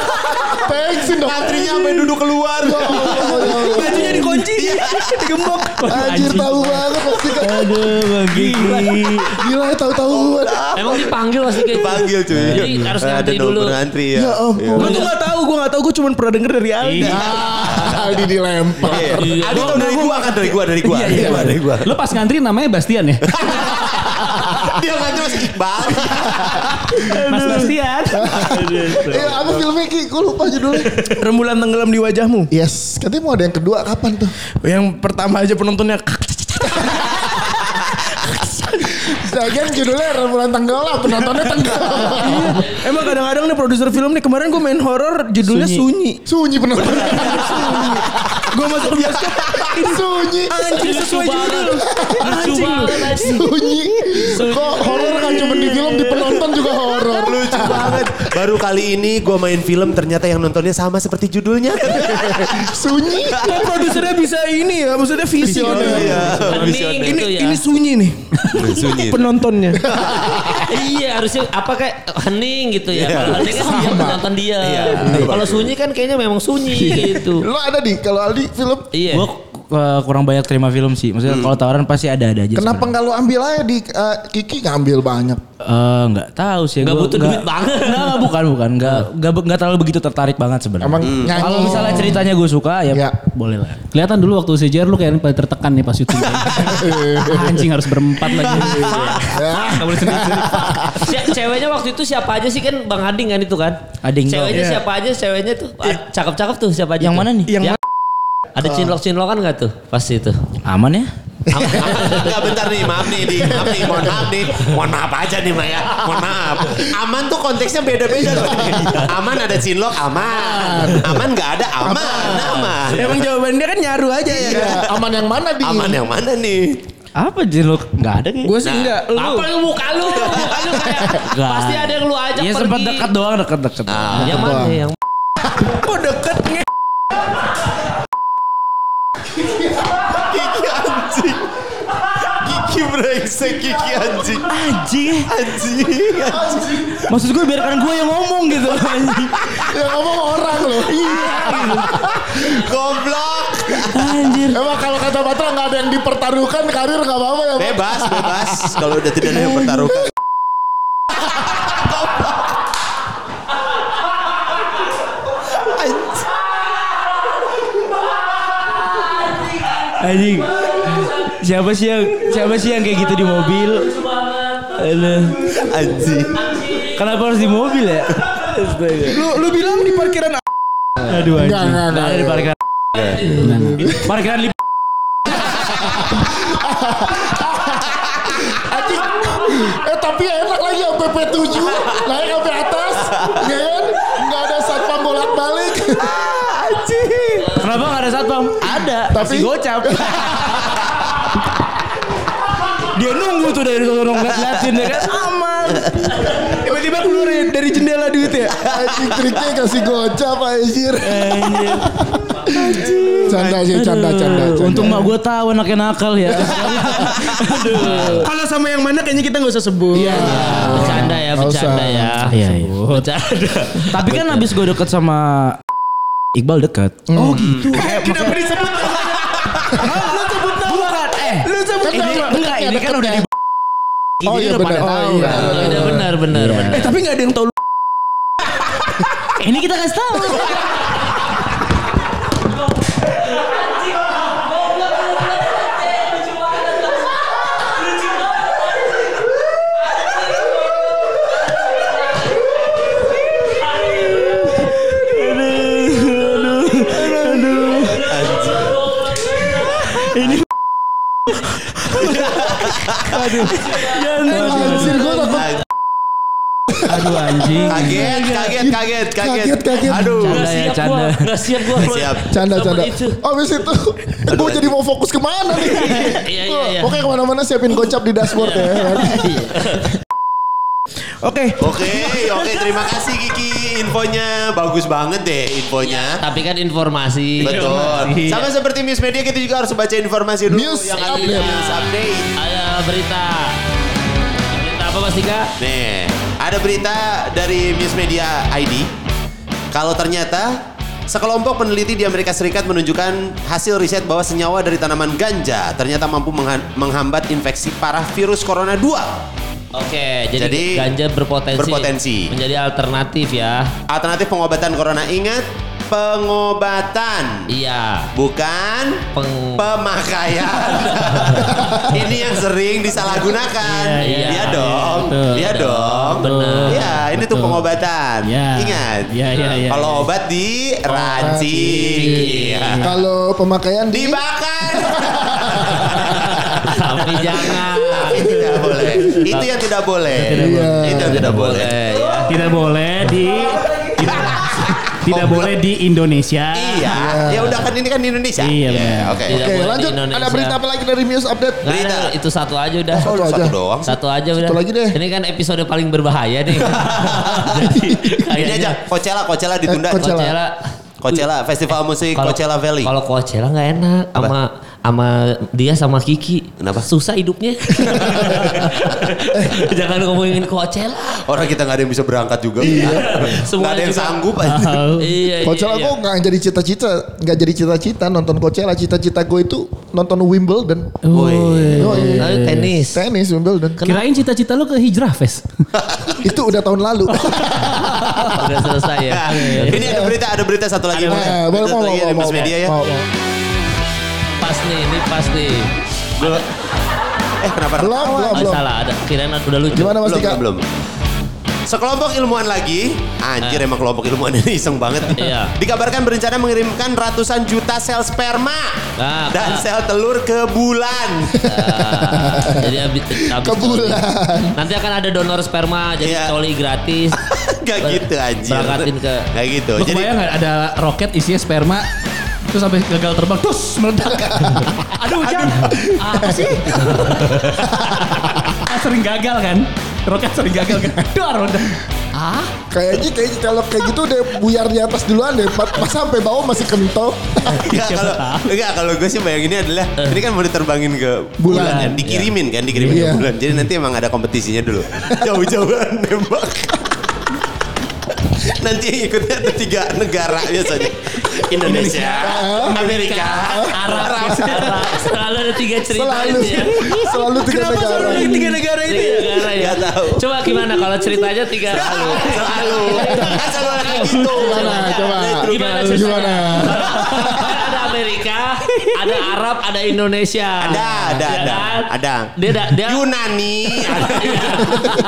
[SPEAKER 3] pensi dong
[SPEAKER 1] Antrinya sampai duduk keluar.
[SPEAKER 3] [LAUGHS] Ya Allah, ya Allah.
[SPEAKER 4] Bajunya dikunci, [LAUGHS] digembok.
[SPEAKER 3] anjir tahu banget pasti kan
[SPEAKER 6] Aduh Bang Kiki.
[SPEAKER 3] gila tahu-tahu
[SPEAKER 2] Emang dipanggil masih kayak gitu.
[SPEAKER 1] Dipanggil cuy.
[SPEAKER 2] Jadi harus
[SPEAKER 1] Ada
[SPEAKER 2] ngantri dulu.
[SPEAKER 1] nomor Ngantri ya.
[SPEAKER 3] Ya ampun.
[SPEAKER 4] Gue tuh gak tahu, gue gak tahu, gue cuma pernah denger dari Aldi.
[SPEAKER 6] Iya.
[SPEAKER 5] Ah,
[SPEAKER 3] Aldi dilempar
[SPEAKER 1] Iya.
[SPEAKER 2] Iya.
[SPEAKER 1] Ada tau dari gua kan dari gua dari gua. Dari gua, dari gua.
[SPEAKER 5] Lu pas ngantri namanya Bastian ya?
[SPEAKER 1] Dia ngantri masih Iqbal.
[SPEAKER 5] Mas Bastian.
[SPEAKER 3] iya apa filmnya Ki gue lupa judulnya
[SPEAKER 4] Rembulan tenggelam di wajahmu.
[SPEAKER 3] yes katanya mau ada yang kedua kapan tuh
[SPEAKER 4] Yang pertama aja penontonnya.
[SPEAKER 3] Lagian judulnya Rembulan Tenggelam penontonnya tenggelam
[SPEAKER 4] Emang kadang-kadang nih produser film nih kemarin gue main horor judulnya sunyi.
[SPEAKER 3] sunyi [LAUGHS] penontonnya
[SPEAKER 4] Gue masuk bioskop.
[SPEAKER 3] sunyi
[SPEAKER 4] Anjir
[SPEAKER 2] Iya,
[SPEAKER 4] sesuai judul.
[SPEAKER 2] Lucu banget anjing.
[SPEAKER 3] sunyi kok horor kan cuma di film di penonton juga horor
[SPEAKER 1] [LAUGHS] Lucu banget. Baru kali ini gua main film ternyata yang nontonnya sama seperti judulnya.
[SPEAKER 3] sunyi
[SPEAKER 4] Kok produsernya bisa ini ya? Maksudnya
[SPEAKER 1] Oh,
[SPEAKER 4] visioner.
[SPEAKER 2] Hening
[SPEAKER 4] Ini
[SPEAKER 2] gitu ya.
[SPEAKER 4] ini sunyi nih.
[SPEAKER 1] iya. Sunyi.
[SPEAKER 4] Penontonnya.
[SPEAKER 2] Iya harusnya apa kayak hening gitu ya. Kalau hening kan dia menonton dia. Nah,
[SPEAKER 1] Iya.
[SPEAKER 2] Kalau sunyi kan kayaknya memang sunyi gitu.
[SPEAKER 3] lo ada di kalau Aldi film
[SPEAKER 2] Iya.
[SPEAKER 6] Gue eh, kurang banyak terima film sih. Maksudnya
[SPEAKER 5] Hmm.
[SPEAKER 6] kalau tawaran pasti ada-ada aja.
[SPEAKER 3] kenapa nggak lo ambil aja di eh, Kiki ngambil banyak
[SPEAKER 6] Eh, nggak tahu sih.
[SPEAKER 2] Nggak
[SPEAKER 6] Gua-
[SPEAKER 2] butuh
[SPEAKER 6] nggak-
[SPEAKER 2] duit banget.
[SPEAKER 6] Nggak, nggak, bukan, bukan. Nggak, nggak, nggak terlalu begitu tertarik banget sebenarnya.
[SPEAKER 3] emang nyanyi
[SPEAKER 6] Kalau misalnya ceritanya gue suka ya,
[SPEAKER 3] Ya.
[SPEAKER 6] boleh lah.
[SPEAKER 5] Kelihatan dulu waktu CJR lu kayaknya paling tertekan nih pas
[SPEAKER 3] [LAUGHS]
[SPEAKER 5] syuting. Anjing harus berempat lagi.
[SPEAKER 6] [LAUGHS]
[SPEAKER 5] Gak boleh sendiri.
[SPEAKER 2] Ce- Ah. ceweknya waktu itu siapa aja sih kan Bang Ading kan itu kan?
[SPEAKER 6] Ading,
[SPEAKER 2] Ceweknya
[SPEAKER 4] iya.
[SPEAKER 2] siapa aja? Ceweknya tuh ah, cakep-cakep tuh siapa aja?
[SPEAKER 6] Yang
[SPEAKER 2] tuh?
[SPEAKER 6] mana nih?
[SPEAKER 4] Yang
[SPEAKER 2] Ya. Ada cinlok-cinlokan gak tuh? Pasti itu.
[SPEAKER 6] Aman ya?
[SPEAKER 1] Enggak bentar nih, maaf nih, di, maaf nih, mohon maaf nih. Mohon maaf aja nih Maya, mohon maaf. Aman tuh konteksnya beda-beda loh. Aman ada cinlok, aman. Aman nggak ada, aman, aman.
[SPEAKER 4] Emang jawabannya kan nyaru aja ya.
[SPEAKER 3] Iya, aman yang mana di
[SPEAKER 1] Aman yang mana nih?
[SPEAKER 6] Apa jeruk? Nggak ada kayaknya.
[SPEAKER 4] Gue sih enggak. Lu
[SPEAKER 2] Apa yang muka lu? Muka lu kayak
[SPEAKER 6] Nggak
[SPEAKER 2] pasti ada yang lu ajak
[SPEAKER 6] Ya
[SPEAKER 5] Iya,
[SPEAKER 2] pergi.
[SPEAKER 6] sempat dekat doang, dekat-dekat.
[SPEAKER 2] Yang mana yang
[SPEAKER 4] kok deket nge?
[SPEAKER 1] Gigi anjing. Gigi Kiki brengsek Kiki anjing.
[SPEAKER 6] Anjing.
[SPEAKER 1] Anjing.
[SPEAKER 3] Anjing.
[SPEAKER 6] Maksud gue biarkan gue yang ngomong [LAUGHS] gitu. Anjing.
[SPEAKER 3] Ya ngomong orang loh.
[SPEAKER 1] Goblok.
[SPEAKER 6] Anjir.
[SPEAKER 3] Emang kalau kata Batra nggak ada yang dipertaruhkan karir nggak apa-apa ya. Bang?
[SPEAKER 1] Bebas, bebas. Kalau udah tidak ada yang pertaruhkan. Goblok. Anjing.
[SPEAKER 6] Anjing. Siapa sih yang siapa sih yang kayak gitu di mobil? Aduh.
[SPEAKER 1] Anjing.
[SPEAKER 6] Kenapa harus di mobil ya?
[SPEAKER 4] Lu, lu bilang di parkiran a-
[SPEAKER 5] Aduh
[SPEAKER 3] Nggak,
[SPEAKER 5] anjing.
[SPEAKER 3] nggak, nggak.
[SPEAKER 6] Nah, di parkiran. Parkiran lip.
[SPEAKER 3] Anjing. Eh tapi enak lagi ya PP7 naik sampai atas. Ya kan? Nggak ada satpam bolak-balik.
[SPEAKER 6] Kenapa nggak ada satpam? Ada.
[SPEAKER 3] Tapi-
[SPEAKER 6] Tapi gocap. Dia nunggu tuh dari tolong nggak liatin ya kan?
[SPEAKER 4] aman. Tiba-tiba keluar dari- dari jendela duit ya.
[SPEAKER 3] Anjing triknya kasih gocap anjir.
[SPEAKER 6] Anjir.
[SPEAKER 3] [LAUGHS] Canda sih, canda, canda.
[SPEAKER 6] Aduh,
[SPEAKER 3] canda.
[SPEAKER 6] Untung mak gue tahu anaknya nakal ya.
[SPEAKER 4] Kalau sama yang mana kayaknya kita nggak usah sebut.
[SPEAKER 3] Iya.
[SPEAKER 2] Bercanda ya,
[SPEAKER 3] Nggak
[SPEAKER 2] bercanda
[SPEAKER 3] usah.
[SPEAKER 2] ya.
[SPEAKER 6] Iya, iya.
[SPEAKER 2] Bercanda.
[SPEAKER 6] Tapi kan abis gue deket sama Iqbal deket.
[SPEAKER 4] Oh gitu. Kenapa disebut? Lu sebut nama. Bukan. Eh. Lu sebut
[SPEAKER 3] Kan
[SPEAKER 4] nama.
[SPEAKER 3] nama.
[SPEAKER 6] Enggak, ini kan udah di
[SPEAKER 3] Oh iya benar. Oh iya.
[SPEAKER 2] Iya, benar, benar, benar.
[SPEAKER 4] Eh tapi nggak ada yang tahu. lu.
[SPEAKER 6] Ini kita kasih tahu.
[SPEAKER 3] Anjir gue takut.
[SPEAKER 1] Anjing.
[SPEAKER 5] Aduh anjing.
[SPEAKER 1] Kaget, kaget, kaget, kaget.
[SPEAKER 3] Kaget, kaget.
[SPEAKER 1] Aduh.
[SPEAKER 6] Canda ya,
[SPEAKER 2] Gak siap
[SPEAKER 6] canda.
[SPEAKER 2] gua, gak siap gua. kalau-
[SPEAKER 1] Siap.
[SPEAKER 3] Canda,
[SPEAKER 2] Sama
[SPEAKER 3] canda.
[SPEAKER 2] itu.
[SPEAKER 3] Abis itu, gue jadi mau fokus kemana nih?
[SPEAKER 2] [LAUGHS] Iya, iya, iya.
[SPEAKER 3] Oke kemana-mana siapin gocap di dashboard ya.
[SPEAKER 4] Oke.
[SPEAKER 1] Oke, oke terima kasih Kiki infonya. Bagus banget deh infonya.
[SPEAKER 2] Tapi kan informasi.
[SPEAKER 1] Betul.
[SPEAKER 2] Informasi.
[SPEAKER 1] Sama seperti News Media kita juga harus baca informasi dulu
[SPEAKER 3] News
[SPEAKER 1] yang ada di
[SPEAKER 3] update.
[SPEAKER 1] News Update.
[SPEAKER 2] Ada berita. Berita apa Mas Dika?
[SPEAKER 1] Nih, ada berita dari News Media ID. Kalau ternyata sekelompok peneliti di Amerika Serikat menunjukkan hasil riset bahwa senyawa dari tanaman ganja ternyata mampu mengha- menghambat infeksi parah virus corona dual.
[SPEAKER 2] Oke, jadi,
[SPEAKER 1] Jadi,
[SPEAKER 2] ganja berpotensi,
[SPEAKER 1] berpotensi.
[SPEAKER 2] menjadi alternatif ya.
[SPEAKER 1] Alternatif pengobatan corona ingat pengobatan [LAUGHS]
[SPEAKER 2] Iya.
[SPEAKER 1] bukan
[SPEAKER 2] Peng-
[SPEAKER 5] [LAUGHS]
[SPEAKER 1] pemakaian. Ini yang sering disalahgunakan.
[SPEAKER 2] Iya, iya.
[SPEAKER 1] Iya dong.
[SPEAKER 5] Iya, betul.
[SPEAKER 1] Iya
[SPEAKER 2] Iya
[SPEAKER 1] dong.
[SPEAKER 2] dong, benar.
[SPEAKER 1] Iya, ini tuh
[SPEAKER 5] Betul.
[SPEAKER 1] pengobatan.
[SPEAKER 5] Iya.
[SPEAKER 1] Ingat.
[SPEAKER 5] Iya, iya, iya,
[SPEAKER 1] Kalau
[SPEAKER 5] iya.
[SPEAKER 1] obat di rancing. Iya.
[SPEAKER 3] Kalau pemakaian di
[SPEAKER 1] Dibakar.
[SPEAKER 2] Tapi jangan.
[SPEAKER 1] Itu tidak boleh. Itu yang tidak boleh.
[SPEAKER 3] Iya.
[SPEAKER 1] Itu yang tidak boleh.
[SPEAKER 2] ya.
[SPEAKER 5] Tidak boleh di tidak, iya. tidak boleh di Indonesia.
[SPEAKER 1] Iya. Ya udah kan ini kan di Indonesia. Ya,
[SPEAKER 5] Iya, benar.
[SPEAKER 1] Oke.
[SPEAKER 2] Tidak
[SPEAKER 3] Oke
[SPEAKER 2] boleh di
[SPEAKER 3] lanjut.
[SPEAKER 2] Indonesia. Iya,
[SPEAKER 3] Ada berita apa lagi dari News Update?
[SPEAKER 2] Nggak ada,
[SPEAKER 1] Berita.
[SPEAKER 2] itu satu aja udah.
[SPEAKER 3] Satu aja.
[SPEAKER 1] Satu doang.
[SPEAKER 2] Satu aja udah.
[SPEAKER 3] lagi deh.
[SPEAKER 2] Ini kan episode paling berbahaya nih. Jadi
[SPEAKER 1] Ini aja Coachella, Coachella ditunda.
[SPEAKER 3] Eh, Coachella.
[SPEAKER 2] Coachella.
[SPEAKER 1] Coachella, Festival Musik
[SPEAKER 2] Kalau-
[SPEAKER 1] Coachella Valley.
[SPEAKER 2] Kalau Coachella nggak enak sama sama dia sama Kiki.
[SPEAKER 1] Kenapa?
[SPEAKER 2] Susah
[SPEAKER 1] [LAUGHS]
[SPEAKER 2] hidupnya. Jangan ngomongin Coachella.
[SPEAKER 1] Orang kita nggak ada yang bisa berangkat juga. Iya. Nggak
[SPEAKER 2] Semua
[SPEAKER 1] ada yang
[SPEAKER 2] juga.
[SPEAKER 1] sanggup aja.
[SPEAKER 5] Tahu.
[SPEAKER 2] Iya.
[SPEAKER 3] Oh. Coachella
[SPEAKER 2] iya,
[SPEAKER 3] kok nggak jadi cita-cita, nggak jadi cita-cita nonton Coachella. Cita-cita gue itu nonton Wimbledon.
[SPEAKER 1] Woi.
[SPEAKER 3] Oh,
[SPEAKER 2] iya. Tapi
[SPEAKER 3] iya.
[SPEAKER 2] tenis.
[SPEAKER 3] Tenis Wimbledon.
[SPEAKER 5] Kirain cita-cita lu ke hijrah fest.
[SPEAKER 3] itu udah tahun lalu.
[SPEAKER 2] Oh, Udah selesai ya.
[SPEAKER 1] [LAUGHS] Ini ada berita, ada berita satu
[SPEAKER 2] iya,
[SPEAKER 1] lagi. Berita
[SPEAKER 3] Nah, boleh mau
[SPEAKER 1] satu
[SPEAKER 3] mau
[SPEAKER 1] lagi
[SPEAKER 3] mau
[SPEAKER 1] dari
[SPEAKER 3] mau.
[SPEAKER 1] Mas Media ya.
[SPEAKER 3] mau, mau.
[SPEAKER 2] Pas nih, ini pas nih.
[SPEAKER 1] Eh kenapa?
[SPEAKER 3] Belum, belum,
[SPEAKER 2] Oh,
[SPEAKER 3] belum.
[SPEAKER 2] salah ada. Kirain udah lucu.
[SPEAKER 3] Gimana Mas
[SPEAKER 1] Belum,
[SPEAKER 3] Dika?
[SPEAKER 1] belum. Sekelompok ilmuwan lagi, anjir emang kelompok ilmuwan ini iseng banget.
[SPEAKER 2] Iya.
[SPEAKER 1] Dikabarkan berencana mengirimkan ratusan juta sel sperma
[SPEAKER 2] Nah,
[SPEAKER 1] dan
[SPEAKER 2] nah.
[SPEAKER 1] sel telur ke bulan. [LAUGHS]
[SPEAKER 2] Ah, jadi abis, abis
[SPEAKER 3] Ke bulan.
[SPEAKER 2] coli. Nanti akan ada donor sperma jadi
[SPEAKER 1] Iya.
[SPEAKER 2] coli
[SPEAKER 1] [LAUGHS]
[SPEAKER 2] gratis.
[SPEAKER 1] Gak
[SPEAKER 2] Ber-
[SPEAKER 1] gitu anjir.
[SPEAKER 2] Berangkatin ke
[SPEAKER 1] Gak gitu.
[SPEAKER 5] Lu
[SPEAKER 1] Jadi
[SPEAKER 5] kebayang nggak ada roket isinya sperma terus sampai gagal terbang terus
[SPEAKER 6] [LAUGHS]
[SPEAKER 5] meledak. Aduh hujan. Apa [LAUGHS] sih? sering gagal kan? Roket sering gagal kan? Duar meledak.
[SPEAKER 2] Hah?
[SPEAKER 3] Kayaknya kayak kalau kayak gitu deh buyar di atas duluan deh. Pas, pas sampai bawah masih kentok.
[SPEAKER 1] Enggak Iya, kalau enggak kalau gue sih bayanginnya adalah ini kan mau diterbangin ke bulan,
[SPEAKER 3] Bulan.
[SPEAKER 1] kan dikirimin kan dikirimin
[SPEAKER 3] Iya.
[SPEAKER 1] ke bulan. Jadi nanti emang ada kompetisinya dulu. Jauh-jauhan [LAUGHS] nembak. nanti yang ikutnya ada tiga negara biasanya. Indonesia, Amerika,
[SPEAKER 2] Arab,
[SPEAKER 1] [LAUGHS]
[SPEAKER 2] Arab. Selalu ada tiga ya.
[SPEAKER 3] Selalu
[SPEAKER 2] ceritanya.
[SPEAKER 3] selalu tiga
[SPEAKER 4] Kenapa
[SPEAKER 3] negara.
[SPEAKER 4] selalu tiga negara ini?
[SPEAKER 2] Tiga negara ya.
[SPEAKER 1] Nggak tahu.
[SPEAKER 2] Coba gimana kalau ceritanya tiga
[SPEAKER 1] Selalu, selalu. Kan selalu ada kayak gitu.
[SPEAKER 3] Gimana, coba.
[SPEAKER 2] Gimana
[SPEAKER 3] Gimana?
[SPEAKER 2] ceritanya? ada Amerika, ada Arab, ada Indonesia.
[SPEAKER 1] Ada, ada,
[SPEAKER 2] Ya
[SPEAKER 1] ada,
[SPEAKER 2] kan?
[SPEAKER 1] ada.
[SPEAKER 2] Dia ada, dia
[SPEAKER 1] Yunani, ada.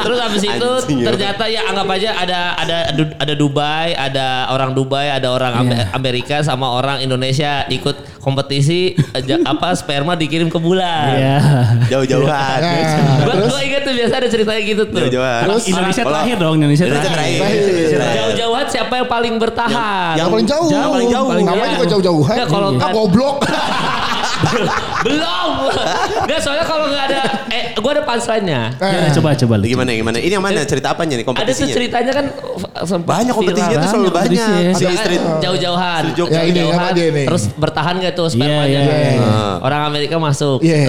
[SPEAKER 2] Terus abis itu
[SPEAKER 1] Anjing, ya.
[SPEAKER 2] ternyata ya anggap aja ada ada Du- ada Dubai, ada orang Dubai, ada orang Am-
[SPEAKER 1] Iya.
[SPEAKER 2] Amerika sama orang Indonesia ikut kompetisi eh, ja- apa sperma dikirim ke bulan.
[SPEAKER 5] Iya.
[SPEAKER 1] jauh-jauhan.
[SPEAKER 3] Nah,
[SPEAKER 2] Gua
[SPEAKER 3] terus
[SPEAKER 2] Gue inget tuh biasa ada ceritanya gitu tuh.
[SPEAKER 1] Jauh-jauhan.
[SPEAKER 3] Terus
[SPEAKER 5] Indonesia
[SPEAKER 1] Kalau-
[SPEAKER 5] terakhir dong Indonesia
[SPEAKER 1] Indonesia
[SPEAKER 5] terakhir.
[SPEAKER 1] terakhir.
[SPEAKER 3] Terakhir.
[SPEAKER 2] Jauh-jauhan siapa yang paling bertahan?
[SPEAKER 3] yang paling jauh.
[SPEAKER 5] Jauh, paling jauh.
[SPEAKER 3] Namanya juga jauh-jauhan.
[SPEAKER 2] Ya, kalau-
[SPEAKER 3] ah goblok.
[SPEAKER 1] [LAUGHS]
[SPEAKER 2] Belum. Enggak soalnya kalau nggak ada eh gua ada punchline-nya.
[SPEAKER 3] Eh,
[SPEAKER 5] Gimana, coba coba lu.
[SPEAKER 1] Gimana gimana? Ini yang mana cerita apanya nih
[SPEAKER 2] Ada tuh
[SPEAKER 1] kompetisinya?
[SPEAKER 2] ceritanya kan eh, sempat
[SPEAKER 1] banyak kompetisinya
[SPEAKER 2] viral.
[SPEAKER 1] tuh selalu
[SPEAKER 5] Banyak
[SPEAKER 1] banyak.
[SPEAKER 5] kompetisinya.
[SPEAKER 1] Si
[SPEAKER 2] Ada-
[SPEAKER 1] street
[SPEAKER 2] jauh-jauhan.
[SPEAKER 1] Street Jogja.
[SPEAKER 3] Ya, ini,
[SPEAKER 2] Jauh-jauhan.
[SPEAKER 3] sama dia nih.
[SPEAKER 2] Terus bertahan gak tuh spermanya?
[SPEAKER 5] Iya, iya,
[SPEAKER 3] iya.
[SPEAKER 2] Nah, Orang Amerika masuk.
[SPEAKER 3] Iya.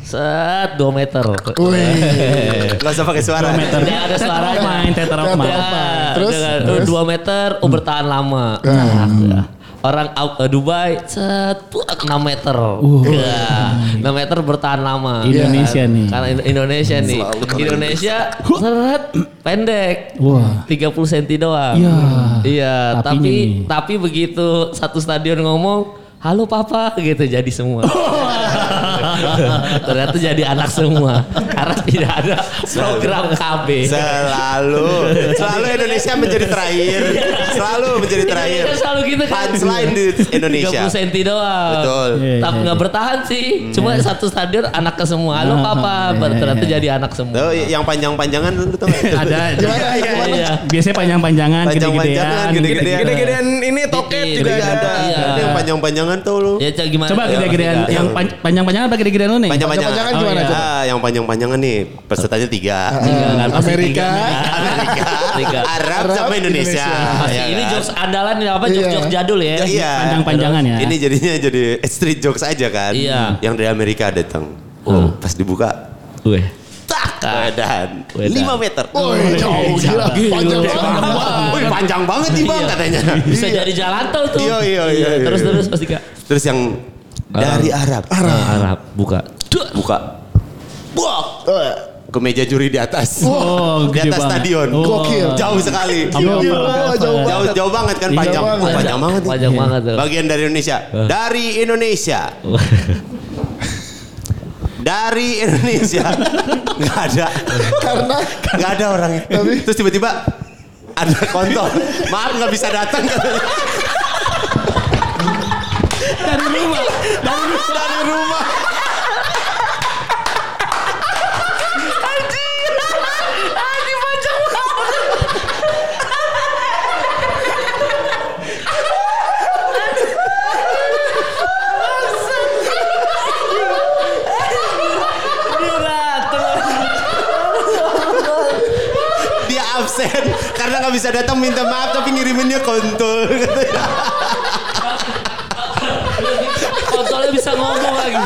[SPEAKER 2] Set 2 meter.
[SPEAKER 3] Wih.
[SPEAKER 1] Gak usah pakai suara.
[SPEAKER 5] Meter.
[SPEAKER 2] Tidak ada suara.
[SPEAKER 5] Tetap main, tetap
[SPEAKER 3] Tetap
[SPEAKER 5] main.
[SPEAKER 2] Ya,
[SPEAKER 3] Terus?
[SPEAKER 2] dengan-
[SPEAKER 3] Terus? Ah.
[SPEAKER 2] 2 meter oh, bertahan lama. Nah, Orang Au- eh, Dubai set buak, 6 meter. Ya, 6 meter bertahan lama.
[SPEAKER 5] Indonesia
[SPEAKER 2] Kan-
[SPEAKER 5] nih.
[SPEAKER 2] Karena Indo- Indonesia nih. Indonesia seret pendek.
[SPEAKER 5] Wah.
[SPEAKER 2] 30 cm doang.
[SPEAKER 5] Iya.
[SPEAKER 2] Iya,
[SPEAKER 5] Tapinya
[SPEAKER 2] tapi
[SPEAKER 5] nih.
[SPEAKER 2] tapi begitu satu stadion ngomong, "Halo papa" gitu jadi
[SPEAKER 5] [LAUGHS]
[SPEAKER 2] semua. Ternyata jadi anak semua karena tidak ada program KB.
[SPEAKER 1] Selalu, selalu Indonesia menjadi terakhir. Selalu menjadi terakhir.
[SPEAKER 2] Indonesia kan Iya, selalu gitu kan.
[SPEAKER 1] Punchline di Indonesia.
[SPEAKER 2] 30 cm doang.
[SPEAKER 1] Betul.
[SPEAKER 5] Iya,
[SPEAKER 2] Tapi
[SPEAKER 5] iya,
[SPEAKER 2] nggak
[SPEAKER 5] iya.
[SPEAKER 2] bertahan sih. Cuma satu stadion anak ke semua. Halo
[SPEAKER 5] Ah,
[SPEAKER 2] papa,
[SPEAKER 5] iya,
[SPEAKER 2] ternyata
[SPEAKER 5] iya.
[SPEAKER 2] jadi anak
[SPEAKER 1] Tuh,
[SPEAKER 2] semua.
[SPEAKER 1] yang panjang-panjangan lu tuh nggak?
[SPEAKER 5] Ada.
[SPEAKER 3] Gimana? Gimana?
[SPEAKER 2] Iya.
[SPEAKER 5] Biasanya panjang-panjangan,
[SPEAKER 1] Panjang-panjangan,
[SPEAKER 5] gede-gedean,
[SPEAKER 1] gede-gedean.
[SPEAKER 5] gitu-gitu.
[SPEAKER 4] Gede-gedean ini toket
[SPEAKER 2] Iya,
[SPEAKER 4] juga
[SPEAKER 2] iya,
[SPEAKER 4] ada.
[SPEAKER 2] iya.
[SPEAKER 1] Ada yang panjang-panjangan tuh lu.
[SPEAKER 2] Ya Cak, gimana?
[SPEAKER 5] Coba gede-gedean
[SPEAKER 1] Iya.
[SPEAKER 5] yang pan- panjang-panjangan apa gede-gedean lu nih?
[SPEAKER 1] Panjang-panjangan.
[SPEAKER 3] Panjang-panjangan
[SPEAKER 5] Oh,
[SPEAKER 3] gimana?
[SPEAKER 5] iya.
[SPEAKER 3] coba?
[SPEAKER 1] Ah, yang panjang-panjangan nih pesertanya tiga.
[SPEAKER 2] Tiga, kan?
[SPEAKER 3] eh,
[SPEAKER 2] Pasti
[SPEAKER 3] Amerika.
[SPEAKER 2] tiga. Tiga.
[SPEAKER 1] Arab
[SPEAKER 3] Arab,
[SPEAKER 1] sama Indonesia.
[SPEAKER 2] Pasti
[SPEAKER 1] Ya
[SPEAKER 2] Ah, ini
[SPEAKER 1] kan?
[SPEAKER 2] jokes andalan ya apa
[SPEAKER 3] Iya.
[SPEAKER 2] jokes-jokes jadul ya.
[SPEAKER 1] Iya.
[SPEAKER 5] Panjang-panjangan ya.
[SPEAKER 1] Ini jadinya jadi street jokes aja kan.
[SPEAKER 2] Iya.
[SPEAKER 1] Yang dari Amerika datang. Oh, pas dibuka
[SPEAKER 2] Weh.
[SPEAKER 1] tak keadaan
[SPEAKER 2] Wedan.
[SPEAKER 1] 5 meter.
[SPEAKER 3] Wih, jauh gila. Panjang banget.
[SPEAKER 1] Wih, panjang banget nih Bang katanya.
[SPEAKER 2] Iya. Bisa jadi jalan tol tuh.
[SPEAKER 1] Iya, iya, iya, iya.
[SPEAKER 2] Terus terus pasti kak.
[SPEAKER 1] Terus yang dari Arab. Nah,
[SPEAKER 2] Arab. Arab buka. Duh.
[SPEAKER 1] Buka. Buak.
[SPEAKER 3] Eh,
[SPEAKER 1] Ke meja juri di atas.
[SPEAKER 5] Oh,
[SPEAKER 1] di
[SPEAKER 5] gede
[SPEAKER 1] atas
[SPEAKER 5] banget.
[SPEAKER 1] stadion.
[SPEAKER 5] Oh.
[SPEAKER 3] Gokil.
[SPEAKER 1] Jauh sekali.
[SPEAKER 5] Apa-
[SPEAKER 3] Gila,
[SPEAKER 5] apa-
[SPEAKER 3] jauh Iya.
[SPEAKER 5] apa-
[SPEAKER 1] Jauh jauh banget kan panjang.
[SPEAKER 3] banget.
[SPEAKER 1] Oh, panjang banget. nih.
[SPEAKER 2] Panjang banget tuh.
[SPEAKER 1] Bagian dari Indonesia. Dari Indonesia. Dari Indonesia. Nggak ada.
[SPEAKER 3] Karena
[SPEAKER 1] Nggak ada orangnya.
[SPEAKER 3] Tapi-
[SPEAKER 1] Terus tiba-tiba ada kontol. Maaf nggak bisa datang.
[SPEAKER 2] Dari rumah.
[SPEAKER 1] dari, dari rumah. Dia absen karena nggak bisa datang minta maaf tapi ngiriminnya kontol.
[SPEAKER 2] Kontolnya bisa ngomong lagi.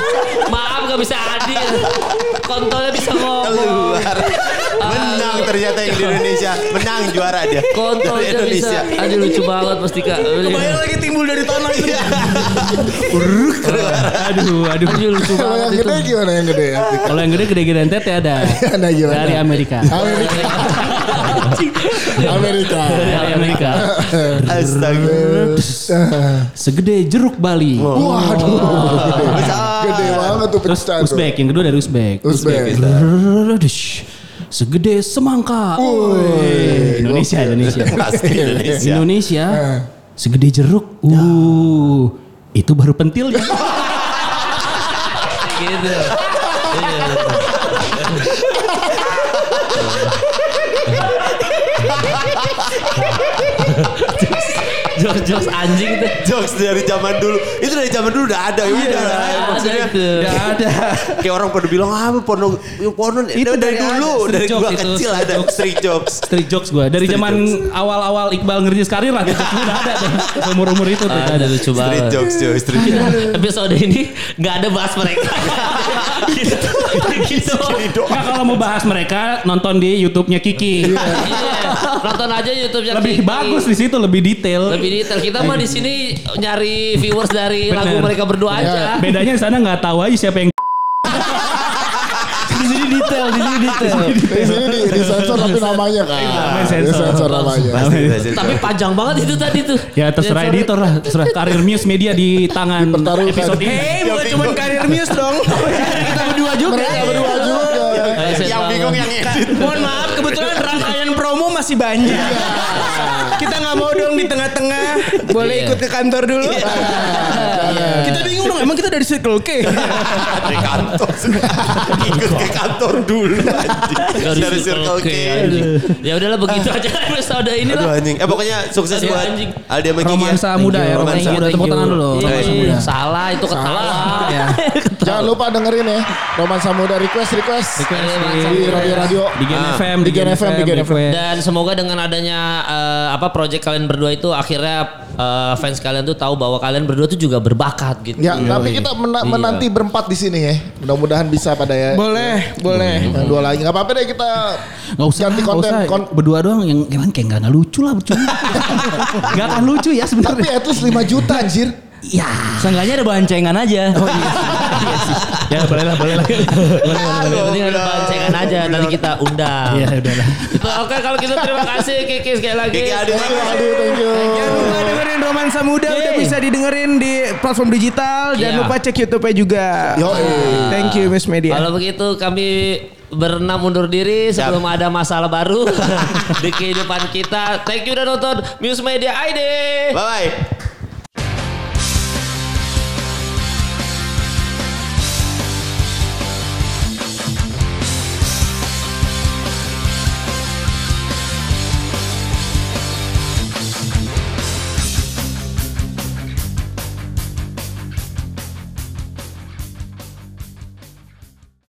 [SPEAKER 2] Maaf gak bisa hadir. Kontolnya bisa ngomong.
[SPEAKER 1] Keluar. Menang ternyata yang di Indonesia. Menang juara dia. Dari
[SPEAKER 2] Kontolnya bisa. Aduh lucu banget pasti kak.
[SPEAKER 4] Kebayang lagi timbul dari tanah itu.
[SPEAKER 5] Aduh, aduh.
[SPEAKER 2] Aduh lucu
[SPEAKER 3] kalau yang
[SPEAKER 2] banget itu.
[SPEAKER 3] gede gimana yang gede ya?
[SPEAKER 5] Kalau yang gede gede-gedean tete ada.
[SPEAKER 3] Ada gimana?
[SPEAKER 5] Dari Amerika.
[SPEAKER 3] Amerika. Amerika.
[SPEAKER 5] Dari Amerika.
[SPEAKER 1] Astaga.
[SPEAKER 5] Segede jeruk Bali.
[SPEAKER 3] Waduh.
[SPEAKER 4] Ah.
[SPEAKER 1] Besar.
[SPEAKER 3] Gede banget tuh
[SPEAKER 5] Terus
[SPEAKER 3] pecah tuh.
[SPEAKER 5] Uzbek, yang kedua dari Uzbek.
[SPEAKER 3] Uzbek.
[SPEAKER 5] Rrrrrrrrdush. Segede semangka. Woi. Indonesia, Indonesia.
[SPEAKER 1] Pasti Indonesia.
[SPEAKER 5] Indonesia.
[SPEAKER 3] Eh.
[SPEAKER 5] Segede jeruk. Uh. Itu baru pentil. ya.
[SPEAKER 2] Gitu. Jok jokes-jokes anjing tuh.
[SPEAKER 1] jokes dari zaman dulu itu dari zaman dulu udah ada ya udah lah
[SPEAKER 2] Ada
[SPEAKER 1] maksudnya
[SPEAKER 2] itu.
[SPEAKER 5] Iya, ada.
[SPEAKER 1] kayak orang pada bilang ah lu porno ya porno itu
[SPEAKER 5] Itu
[SPEAKER 1] dari
[SPEAKER 5] dari ada,
[SPEAKER 1] dulu
[SPEAKER 5] street
[SPEAKER 1] dari gua
[SPEAKER 5] jokes itu,
[SPEAKER 1] kecil
[SPEAKER 5] street
[SPEAKER 1] ada
[SPEAKER 5] jokes.
[SPEAKER 1] street jokes
[SPEAKER 5] Street jokes gue. Dari
[SPEAKER 1] Street
[SPEAKER 5] zaman awal-awal Iqbal ngerintis karir lah. Jokes gue udah ada. tuh. Umur-umur itu tuh.
[SPEAKER 2] Ada
[SPEAKER 5] Ada.
[SPEAKER 2] lucu
[SPEAKER 1] street
[SPEAKER 2] banget.
[SPEAKER 1] jokes cuy street jokes
[SPEAKER 2] Kita
[SPEAKER 5] [LAUGHS]
[SPEAKER 2] episode ini nggak ada bahas mereka. Kita gitu.
[SPEAKER 5] Nggak, kalau mau bahas mereka nonton di YouTube-nya Kiki.
[SPEAKER 2] Iya. Nonton aja YouTube-nya
[SPEAKER 5] [LAUGHS] lebih
[SPEAKER 2] Kiki.
[SPEAKER 5] bagus di situ, lebih detail.
[SPEAKER 2] Lebih detail. Kita mah di sini nyari viewers dari
[SPEAKER 5] Bener. Iya,
[SPEAKER 2] lagu mereka berdua aja.
[SPEAKER 5] Bedanya di sana nggak tahu aja siapa yang
[SPEAKER 6] Di sini detail, di sini detail.
[SPEAKER 3] Di sini di, di sensor tapi namanya kan.
[SPEAKER 5] Namanya
[SPEAKER 3] Di
[SPEAKER 5] sensor.
[SPEAKER 3] sensor namanya.
[SPEAKER 2] Tapi panjang banget itu tadi tuh. Iya,
[SPEAKER 5] Ya terserah
[SPEAKER 2] Sorry.
[SPEAKER 5] editor lah, terserah karir Muse Media di tangan
[SPEAKER 3] Dipertaruhkan.
[SPEAKER 5] episode ini.
[SPEAKER 4] Hei, bukan cuma Eh, karir Muse dong.
[SPEAKER 6] Kita berdua juga.
[SPEAKER 2] Iya.
[SPEAKER 3] Mereka berdua juga.
[SPEAKER 2] Eh, saya
[SPEAKER 1] yang
[SPEAKER 2] tahu.
[SPEAKER 1] bingung yang edit
[SPEAKER 4] Mohon maaf, kebetulan rangkaian promo masih banyak.
[SPEAKER 3] Iya.
[SPEAKER 4] Kita nggak mau dong di tengah-tengah.
[SPEAKER 2] Iya.
[SPEAKER 4] Boleh ikut ke kantor dulu. Kita bingung dong, emang kita dari Circle K.
[SPEAKER 1] dari kantor ikut ke kantor dulu anjing
[SPEAKER 2] Dari
[SPEAKER 1] dari circle K
[SPEAKER 2] anjing. Ya udahlah
[SPEAKER 5] Ah.
[SPEAKER 2] begitu aja episode ini
[SPEAKER 1] aduh
[SPEAKER 2] lah.
[SPEAKER 1] anjing eh pokoknya sukses
[SPEAKER 2] Aduh,
[SPEAKER 1] buat
[SPEAKER 2] anjing.
[SPEAKER 1] Aldi sama Gigi ya.
[SPEAKER 5] Iya, Romansa
[SPEAKER 1] Thank
[SPEAKER 5] muda
[SPEAKER 1] you.
[SPEAKER 5] ya, romansa
[SPEAKER 1] romansa
[SPEAKER 5] muda. Tepuk tangan dulu.
[SPEAKER 2] Iya,
[SPEAKER 5] Romansa
[SPEAKER 2] iya.
[SPEAKER 5] muda.
[SPEAKER 2] Salah itu ketawa.
[SPEAKER 5] Ya.
[SPEAKER 3] Jangan lupa dengerin ya. Roman Samuda request request. Di radio-radio.
[SPEAKER 5] Di Gen
[SPEAKER 1] Ah.
[SPEAKER 5] FM,
[SPEAKER 3] Di Gen FM, di Gen FM.
[SPEAKER 5] request.
[SPEAKER 2] Dan semoga dengan adanya eh, apa project kalian berdua itu akhirnya eh, fans kalian tuh tahu bahwa kalian berdua tuh juga berbakat gitu.
[SPEAKER 3] Ya, tapi kita mena-
[SPEAKER 2] Iya.
[SPEAKER 3] menanti berempat di sini ya. Mudah-mudahan bisa pada ya.
[SPEAKER 4] Boleh, boleh.
[SPEAKER 3] Yang dua lagi nggak apa-apa deh kita
[SPEAKER 5] Gak usah,
[SPEAKER 3] ganti
[SPEAKER 5] gak
[SPEAKER 3] konten.
[SPEAKER 5] usah.
[SPEAKER 3] Kon-
[SPEAKER 5] Berdua doang yang emang kayak gak, lucu lah. [LAUGHS] Cuma. gak akan lucu ya
[SPEAKER 3] tapi
[SPEAKER 5] sebenarnya.
[SPEAKER 3] at least 5 juta anjir.
[SPEAKER 5] Ya.
[SPEAKER 6] Seenggaknya ada bancengan aja.
[SPEAKER 5] Oh, [LAUGHS] Ya boleh lah, boleh lah. iya. Boleh, boleh, boleh.
[SPEAKER 2] Yang penting ada bancengan aja nanti kita undang.
[SPEAKER 5] Ya udah lah.
[SPEAKER 2] Gitu. Oke kalau gitu terima kasih Kiki sekali lagi.
[SPEAKER 1] Gigi Aldi
[SPEAKER 3] Thank you, Aldi, thank you.
[SPEAKER 4] Jangan lupa dengerin Romansa Muda udah
[SPEAKER 2] Yeay.
[SPEAKER 4] bisa didengerin di platform digital. Jangan
[SPEAKER 2] Iya.
[SPEAKER 4] lupa cek YouTube-nya juga.
[SPEAKER 3] Yoi.
[SPEAKER 4] Thank you Miss Media.
[SPEAKER 2] Kalau begitu kami berenam undur diri sebelum ada masalah [LAUGHS] baru di kehidupan kita. Thank you udah nonton Muse Media ID.
[SPEAKER 1] bye bye